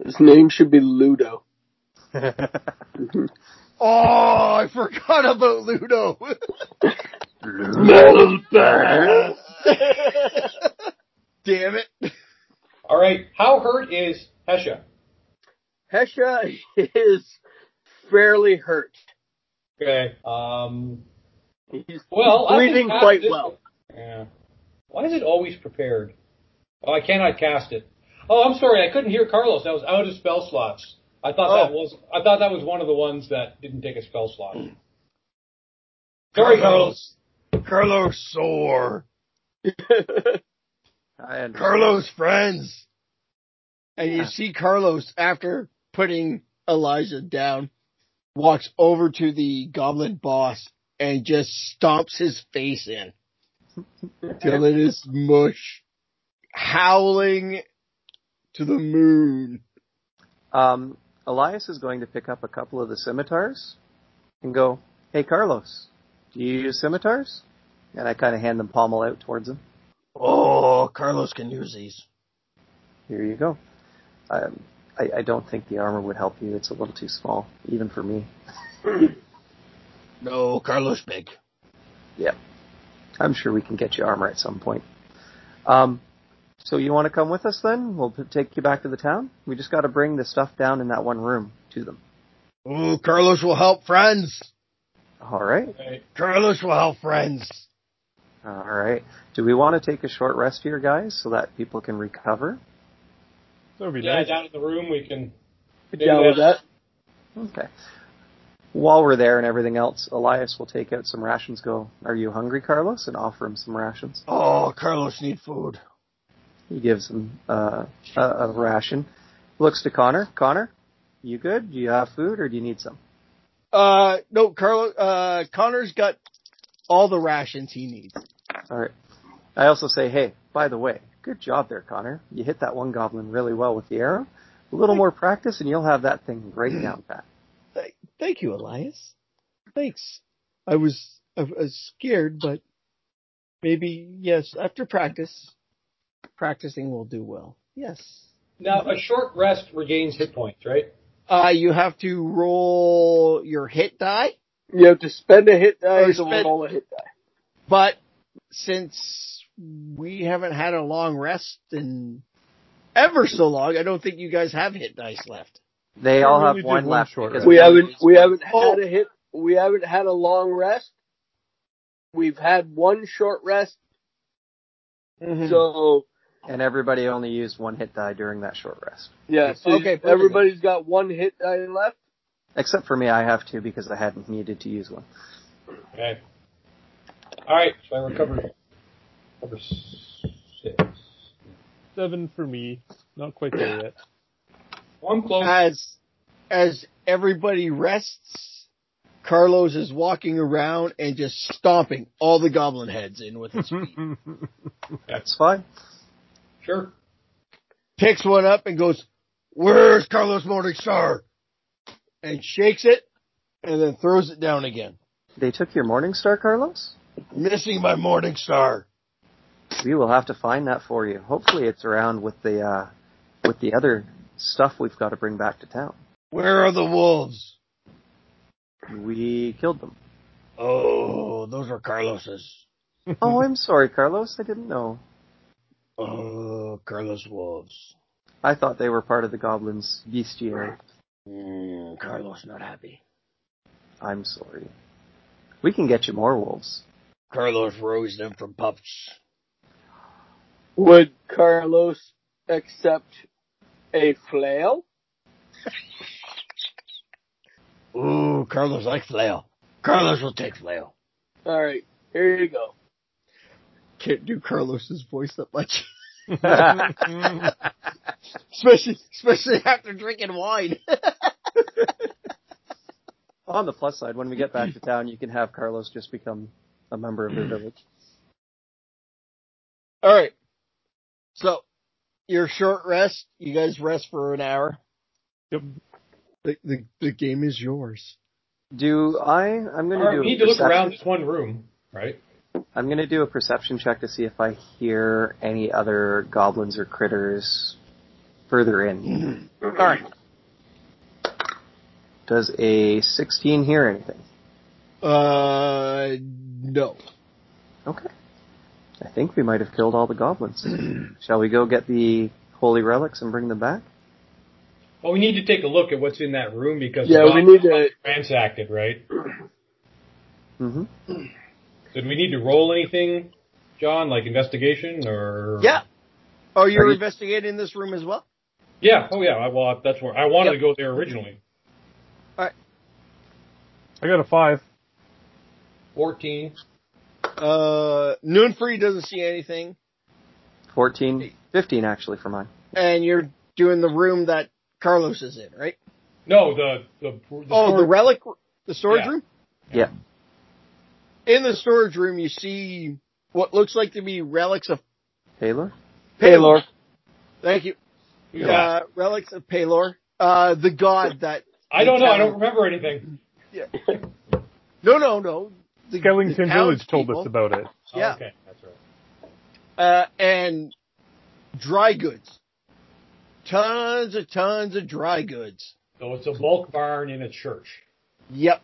Speaker 4: His name should be Ludo.
Speaker 1: Oh, I forgot about Ludo. Damn it.
Speaker 2: All right, How hurt is Hesha?
Speaker 4: Hesha is fairly hurt.
Speaker 2: Okay. Um,
Speaker 4: He's
Speaker 2: well, I can
Speaker 4: breathing
Speaker 2: cast
Speaker 4: quite
Speaker 2: this-
Speaker 4: well.
Speaker 2: Yeah. Why is it always prepared? Oh, I cannot cast it. Oh, I'm sorry. I couldn't hear Carlos. That was out of spell slots. I thought that was I thought that was one of the ones that didn't take a spell slot. Sorry, Carlos.
Speaker 1: Carlos sore.
Speaker 3: I had
Speaker 1: Carlos friends. And you see Carlos after putting Elijah down, walks over to the goblin boss and just stomps his face in till it is mush, howling to the moon.
Speaker 3: Um, Elias is going to pick up a couple of the scimitars and go, "Hey, Carlos, do you use scimitars?" And I kind of hand them pommel out towards him.
Speaker 1: Oh, Carlos can use these.
Speaker 3: Here you go. Um, I, I don't think the armor would help you. It's a little too small, even for me.
Speaker 1: No, Carlos big.
Speaker 3: Yeah, I'm sure we can get you armor at some point. Um, so you want to come with us then? We'll p- take you back to the town. We just got to bring the stuff down in that one room to them.
Speaker 1: Oh, Carlos will help friends.
Speaker 3: All right,
Speaker 2: Okay.
Speaker 1: Carlos will help friends.
Speaker 3: all right. Do we want to take a short rest here, guys, so that people can recover?
Speaker 5: That would be
Speaker 2: Yeah,
Speaker 5: nice.
Speaker 2: down in the room we can.
Speaker 4: Good job with that.
Speaker 3: Okay. While we're there and everything else, Elias will take out some rations. Go, are you hungry, Carlos? And offer him some rations.
Speaker 1: Oh, Carlos need food.
Speaker 3: He gives him uh, a, a ration. Looks to Connor. Connor, you good? Do you have food, or do you need some?
Speaker 1: Uh, no, Carlos, uh, Connor's got all the rations he needs.
Speaker 3: All right. I also say, hey, by the way, good job there, Connor. You hit that one goblin really well with the arrow. A little more practice, and you'll have that thing right down pat.
Speaker 1: Th- Thank you, Elias. Thanks. I was, I was scared, but maybe, yes, after practice, practicing will do well. Yes.
Speaker 2: Now a short rest regains hit points, right?
Speaker 1: Uh, you have to roll your hit die,
Speaker 4: You have to spend a hit die
Speaker 1: Or
Speaker 4: to
Speaker 1: spend-
Speaker 4: roll a hit die.
Speaker 1: but since we haven't had a long rest in ever so long, I don't think you guys have hit dice left.
Speaker 3: They
Speaker 5: Yeah,
Speaker 3: all
Speaker 5: we
Speaker 3: have
Speaker 5: did
Speaker 3: one
Speaker 5: one
Speaker 3: left.
Speaker 5: short
Speaker 3: because
Speaker 5: rest.
Speaker 4: We
Speaker 3: we only
Speaker 4: haven't
Speaker 3: used
Speaker 4: we
Speaker 3: one.
Speaker 4: haven't
Speaker 1: Oh.
Speaker 4: had a hit we haven't had a long rest. We've had one short rest,
Speaker 1: Mm-hmm.
Speaker 4: Hmm. so
Speaker 3: And everybody only used one hit die during that short rest.
Speaker 4: yeah, so
Speaker 1: Okay, perfect.
Speaker 4: everybody's got one hit die left.
Speaker 3: Except for me, I have two because I hadn't needed to use one.
Speaker 2: Okay. All right. So I recover. Recover six.
Speaker 5: Seven for me. Not quite there yet.
Speaker 2: Well, I'm
Speaker 4: Uh,
Speaker 2: close.
Speaker 1: as as everybody rests, Carlos is walking around and just stomping all the goblin heads in with his feet.
Speaker 3: That's fine.
Speaker 2: Sure.
Speaker 1: Picks one up and goes, "Where's Carlos Morningstar?" And shakes it, and then throws it down again.
Speaker 3: They took your Morning Star, Carlos?
Speaker 1: Missing my Morningstar.
Speaker 3: We will have to find that for you. Hopefully it's around with the uh, with the other stuff we've got to bring back to town.
Speaker 1: Where are the wolves?
Speaker 3: We killed them.
Speaker 1: Oh, those are Carlos's.
Speaker 3: oh, I'm sorry, Carlos. I didn't know.
Speaker 1: Oh, Carlos wolves.
Speaker 3: I thought they were part of the goblins' bestiary.
Speaker 1: Mm, Carlos not happy.
Speaker 3: I'm sorry. We can get you more wolves.
Speaker 1: Carlos rose them from pups.
Speaker 4: Would Carlos accept a flail?
Speaker 1: Ooh, Carlos like flail. Carlos will take flail.
Speaker 4: All right, here you go.
Speaker 1: Can't do Carlos's voice that much.
Speaker 5: Mm.
Speaker 1: especially, especially after drinking wine.
Speaker 3: On the plus side, when we get back to town, you can have Carlos just become a member of the village.
Speaker 1: All right. So, your short rest, you guys rest for an hour.
Speaker 5: Yep.
Speaker 1: The, the, the game is yours.
Speaker 3: Do I? I'm going
Speaker 2: All right.
Speaker 3: do.
Speaker 2: We
Speaker 3: a
Speaker 2: need to look
Speaker 3: perception-
Speaker 2: around this one room, right?
Speaker 3: I'm going to do a perception check to see if I hear any other goblins or critters further in.
Speaker 1: All right.
Speaker 3: Does a 16 hear anything?
Speaker 1: Uh, no.
Speaker 3: Okay. I think we might have killed all the goblins. Shall we go get the holy relics and bring them back?
Speaker 2: Well, we need to take a look at what's in that room because
Speaker 4: Yeah,
Speaker 2: we're
Speaker 4: we
Speaker 2: not
Speaker 4: need to.
Speaker 2: ransacked it, right?
Speaker 3: Mm-hmm.
Speaker 2: Did we need to roll anything, John? Like investigation or?
Speaker 1: Yeah. Oh, you're
Speaker 3: Are you-
Speaker 1: investigating this room as well?
Speaker 2: Yeah. Oh, yeah. I, well, that's where I wanted
Speaker 1: Yep.
Speaker 2: to go there originally.
Speaker 5: I got a five.
Speaker 2: Fourteen.
Speaker 1: Uh, Noonfree doesn't see anything,
Speaker 3: 14, 15 actually for mine.
Speaker 1: and you're doing the room that Carlos is in, right?
Speaker 2: No, the the, the
Speaker 1: Oh, the
Speaker 2: sword-
Speaker 1: relic, the storage
Speaker 2: Yeah.
Speaker 1: room?
Speaker 3: Yeah.
Speaker 1: In the storage room, you see what looks like to be relics of
Speaker 3: Paylor?
Speaker 1: Paylor. Thank you.
Speaker 2: yeah.
Speaker 1: Uh, relics of Paylor. Uh, the god that,
Speaker 2: I don't know. I don't remember anything.
Speaker 1: no, no, no. The, the
Speaker 5: Skellington Village told
Speaker 1: townspeople.
Speaker 5: us about it.
Speaker 2: Oh,
Speaker 1: Yeah.
Speaker 2: okay, that's right.
Speaker 1: uh, and dry goods. Tons and tons of dry goods.
Speaker 2: So it's a bulk barn in a church.
Speaker 1: Yep.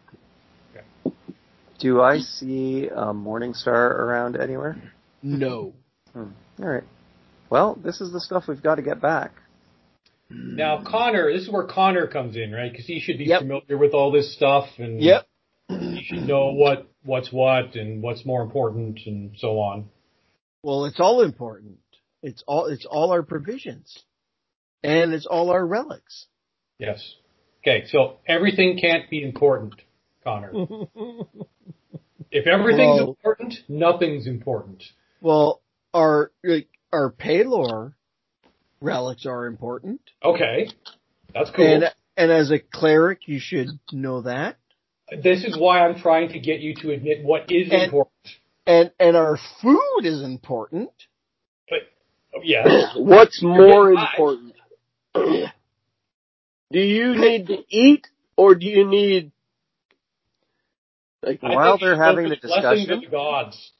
Speaker 3: Do I see a Morningstar around anywhere?
Speaker 1: No.
Speaker 3: All right. Well, this is the stuff we've got to get back.
Speaker 2: Now, Connor, this is where Connor comes in, right? Because he should be
Speaker 1: Mm. Yep.
Speaker 2: familiar with all this stuff,
Speaker 5: Mm.
Speaker 2: and
Speaker 1: Yep.
Speaker 2: he should know what what's what and what's more important, and so on.
Speaker 1: Well, it's all important. It's all it's all our provisions, and it's all our relics.
Speaker 2: Yes. Okay, so everything can't be important, Connor. if everything's
Speaker 1: Well-
Speaker 2: important, nothing's important.
Speaker 1: Well, our like, our Paylor relics are important,
Speaker 2: Okay, that's cool.
Speaker 1: and uh, and as a cleric, you should know that.
Speaker 2: this is why I'm trying to get you to admit what is
Speaker 1: And-
Speaker 2: important.
Speaker 1: And and our food is important.
Speaker 2: oh, Yes.
Speaker 4: What's more
Speaker 2: getting high.
Speaker 4: important? do you need to eat, or do you need like
Speaker 2: I
Speaker 3: While
Speaker 2: think
Speaker 3: they're
Speaker 2: you
Speaker 3: having
Speaker 2: open
Speaker 3: the
Speaker 2: blessings
Speaker 3: discussion-
Speaker 2: of the gods.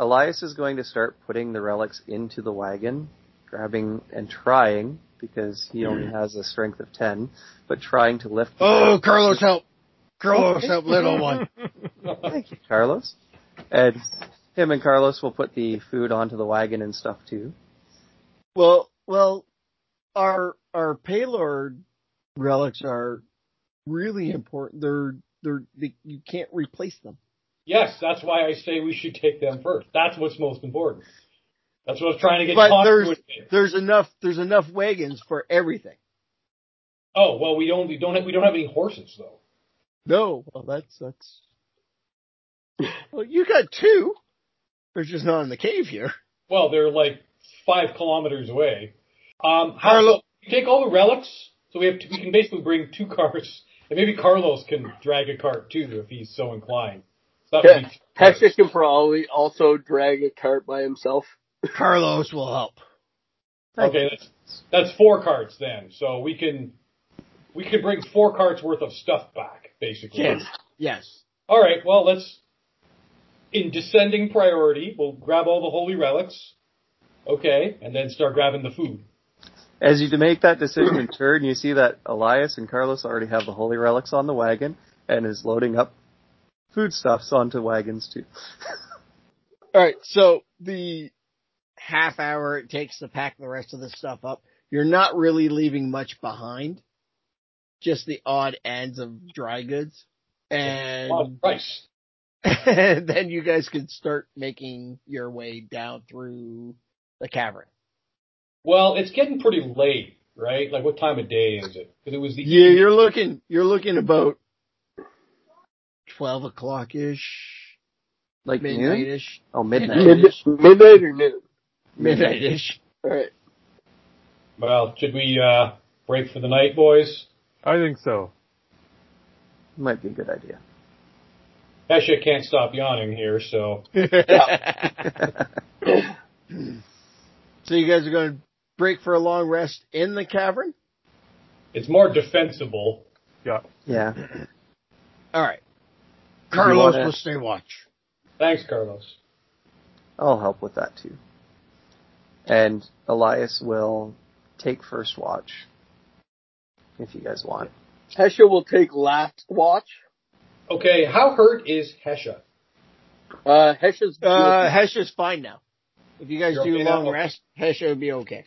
Speaker 3: Elias is going to start putting the relics into the wagon, grabbing and trying, because he only has a strength of 10, but trying to lift.
Speaker 1: Oh, Carlos, help! Carlos, help, little one.
Speaker 3: Thank you, Carlos. And him and Carlos will put the food onto the wagon and stuff too.
Speaker 1: Well, well, our our payload relics are really important. They're they're they, you can't replace them.
Speaker 2: Yes, that's why I say we should take them first. That's what's most important. That's what I was trying to get
Speaker 1: But
Speaker 2: Connor to
Speaker 1: there's
Speaker 2: admit.
Speaker 1: there's enough there's enough wagons for everything.
Speaker 2: Oh well, we don't we don't have, we don't have any horses though.
Speaker 1: No, well that's that's. Well, you got two. They're just not in the cave here.
Speaker 2: Well, they're like five kilometers away. Um, how,
Speaker 1: Carlo-
Speaker 2: you take all the relics, so we have to, we can basically bring two cars, and maybe Carlos can drag a cart too if he's so inclined. So that would
Speaker 4: Yeah,
Speaker 2: be-
Speaker 4: Hector can probably also drag a cart by himself.
Speaker 1: Carlos will help.
Speaker 2: Okay, that's that's four carts then. So we can we can bring four carts worth of stuff back, basically.
Speaker 1: Yes, yes.
Speaker 2: All right. Well, let's in descending priority. We'll grab all the holy relics. Okay, and then start grabbing the food.
Speaker 3: As you make that decision and turn, you see that Elias and Carlos already have the holy relics on the wagon and is loading up foodstuffs onto wagons too.
Speaker 1: All right, so the half hour it takes to pack the rest of the stuff up, you're not really leaving much behind. Just the odd ends of dry goods.
Speaker 2: Oh,
Speaker 1: And,
Speaker 2: Christ.
Speaker 1: and then you guys can start making your way down through the cavern.
Speaker 2: Well, it's getting pretty late, right? Like, what time of day is it? 'Cause it was the
Speaker 1: Yeah, you're looking, you're looking about 12 o'clock ish,
Speaker 3: Like
Speaker 1: midnight
Speaker 3: noon?
Speaker 1: ish,
Speaker 3: Oh, midnight.
Speaker 4: Mid- midnight or noon.
Speaker 1: midnight ish.
Speaker 4: All right.
Speaker 2: Well, should we uh, break for the night, boys?
Speaker 5: I think so.
Speaker 3: Might be a good idea.
Speaker 2: Hesha can't stop yawning here, so
Speaker 1: So you guys are going to break for a long rest in the cavern?
Speaker 2: it's more defensible.
Speaker 5: Yeah.
Speaker 3: Yeah.
Speaker 1: All right. Carlos
Speaker 3: wanna-
Speaker 1: will stay watch.
Speaker 2: Thanks, Carlos.
Speaker 3: I'll help with that too. And Elias will take first watch if you guys want.
Speaker 4: Hesha will take last watch.
Speaker 2: Okay, how hurt is Hesha?
Speaker 4: Uh, Hesha's
Speaker 1: Uh, Hesha's fine now. If you guys
Speaker 2: You're
Speaker 1: do a
Speaker 2: okay
Speaker 1: long
Speaker 2: now?
Speaker 1: rest, Hesha will be okay.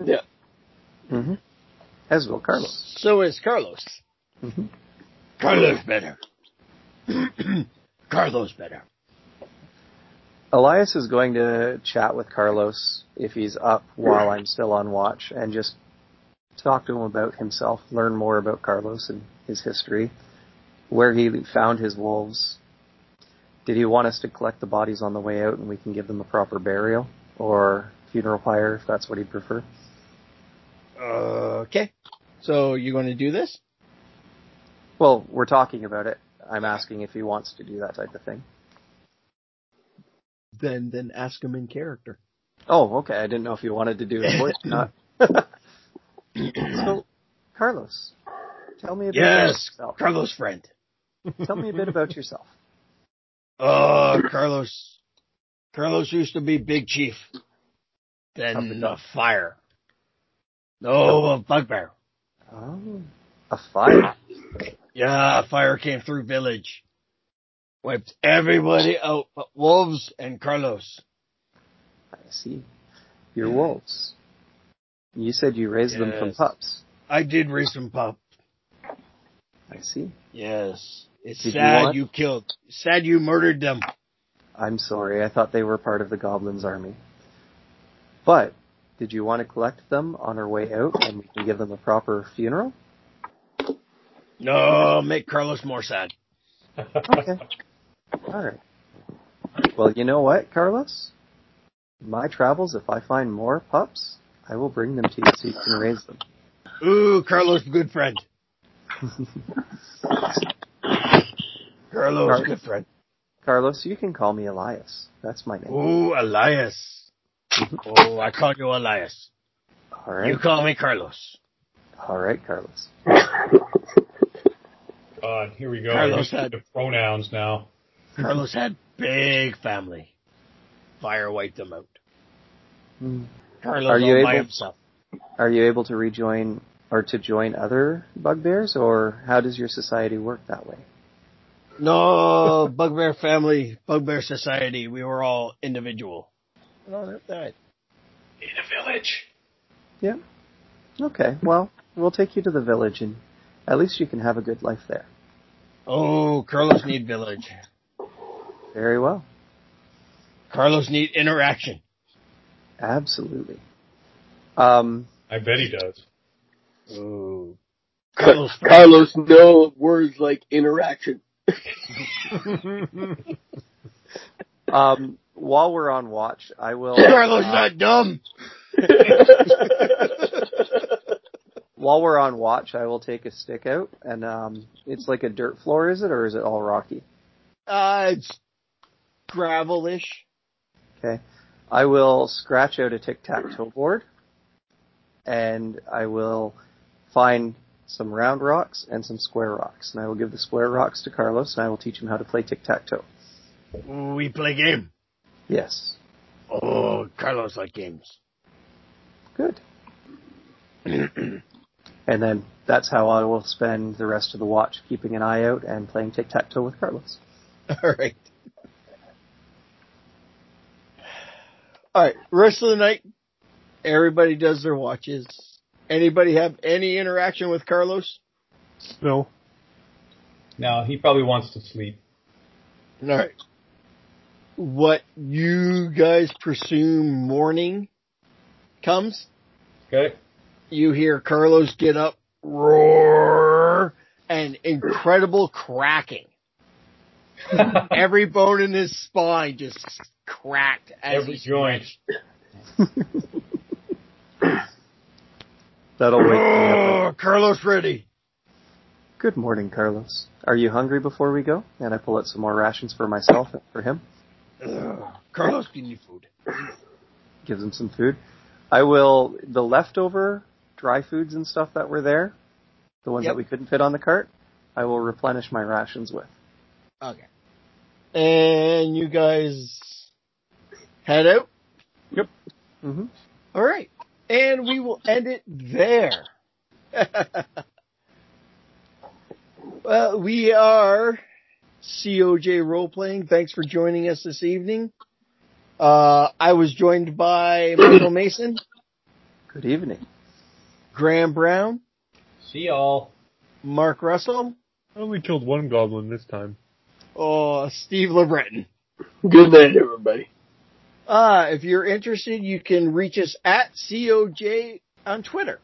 Speaker 3: Mm-hmm. As will Carlos.
Speaker 1: So is Carlos.
Speaker 3: Mhm.
Speaker 1: Carlos better. Carlos better.
Speaker 3: Elias is going to chat with Carlos if he's up while I'm still on watch and just talk to him about himself, learn more about Carlos and his history, where he found his wolves. Did he want us to collect the bodies on the way out and we can give them a proper burial or funeral pyre if that's what he'd prefer?
Speaker 1: Okay. So you're going to do this?
Speaker 3: Well, we're talking about it. I'm asking if he wants to do that type of thing.
Speaker 1: Then then ask him in character.
Speaker 3: Oh, okay. I didn't know if you wanted to do his voice or not. so, Carlos, tell me a bit
Speaker 1: Yes,
Speaker 3: about yourself.
Speaker 1: Carlos friend.
Speaker 3: Tell me a bit about yourself.
Speaker 1: Oh, Carlos. Carlos used to be big chief. Then a fire. No, a bugbear.
Speaker 3: Oh, a fire.
Speaker 1: Yeah, fire came through village. Wiped everybody out but wolves and Carlos.
Speaker 3: I see. Your wolves. You said you raised them from
Speaker 1: Yes.
Speaker 3: pups.
Speaker 1: I did raise some pup.
Speaker 3: I see.
Speaker 1: Yes. It's
Speaker 3: Did you
Speaker 1: sad
Speaker 3: want-
Speaker 1: you, killed. Sad you murdered them.
Speaker 3: I'm sorry. I thought they were part of the goblins' army. But did you want to collect them on our way out and we can give them a proper funeral?
Speaker 1: No, make Carlos more sad.
Speaker 3: Okay. All right. Well, you know what, Carlos? My travels, if I find more pups, I will bring them to you so you can raise them.
Speaker 1: Ooh, Carlos, good friend. Carlos,
Speaker 3: Carlos.
Speaker 1: good friend.
Speaker 3: Carlos, you can call me Elias. That's my name.
Speaker 1: Ooh, Elias. Oh, I call you Elias.
Speaker 3: All right.
Speaker 1: You call me Carlos.
Speaker 3: All right, Carlos.
Speaker 2: God, Uh, here we go.
Speaker 1: Carlos
Speaker 2: We're just
Speaker 1: had-
Speaker 2: into pronouns now.
Speaker 1: Carlos had big family. Fire wiped them out.
Speaker 3: Hmm.
Speaker 1: Carlos
Speaker 3: Are you
Speaker 1: all by
Speaker 3: able-
Speaker 1: himself.
Speaker 3: Are you able to rejoin or to join other bugbears, or how does your society work that way?
Speaker 1: No, Bugbear family, Bugbear society. We were all individual.
Speaker 2: In a village.
Speaker 3: Okay, well, we'll take you to the village, and at least you can have a good life there.
Speaker 1: Oh, Carlos need village.
Speaker 3: Very well.
Speaker 1: Carlos need interaction.
Speaker 3: Absolutely. Um,
Speaker 2: I bet he does.
Speaker 1: Ooh.
Speaker 4: Carlos,
Speaker 1: Carlos
Speaker 4: Carlos know words like interaction.
Speaker 3: um, while we're on watch, I will. uh,
Speaker 1: Carlos not dumb.
Speaker 3: While we're on watch, I will take a stick out, and um, it's like a dirt floor, is it, or is it all rocky?
Speaker 1: Uh, it's gravelish.
Speaker 3: Okay. I will scratch out a tic tac toe board and I will find some round rocks and some square rocks. And I will give the square rocks to Carlos and I will teach him how to play tic tac toe.
Speaker 1: Ooh, we play game.
Speaker 3: Yes.
Speaker 1: Oh, Carlos like games.
Speaker 3: Good. and then that's how I will spend the rest of the watch keeping an eye out and playing tic tac toe with Carlos.
Speaker 1: All right. All right. Rest of the night, everybody does their watches. Anybody have any interaction with Carlos?
Speaker 5: no.
Speaker 2: No, he probably wants to sleep.
Speaker 1: All right. What you guys presume morning comes,
Speaker 2: Okay?
Speaker 1: you hear Carlos get up, roar, and incredible cracking. Every bone in his spine just cracked as
Speaker 2: Every
Speaker 1: he
Speaker 2: joint.
Speaker 3: That'll wake me up.
Speaker 1: Oh, Carlos ready.
Speaker 3: Good morning, Carlos. Are you hungry before we go? And I pull out some more rations for myself and for him.
Speaker 1: Ugh. Carlos, give me food.
Speaker 3: gives him some food. I will the leftover dry foods and stuff that were there, the ones
Speaker 1: Yep.
Speaker 3: that we couldn't fit on the cart. I will replenish my rations with.
Speaker 1: Okay. And you guys head out. Mm-hmm.
Speaker 3: hmm
Speaker 1: All right. And we will end it there. well, we are COJ role playing. Thanks for joining us this evening. Uh, I was joined by Michael Mason.
Speaker 3: Good evening.
Speaker 1: Graham Brown,
Speaker 2: See y'all.
Speaker 1: Mark Russell,
Speaker 5: I only killed one goblin this time.
Speaker 1: or Oh, Steve LeBreton.
Speaker 4: Good night, everybody.
Speaker 1: Uh, if you're interested, you can reach us at COJ on Twitter.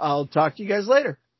Speaker 1: I'll talk to you guys later.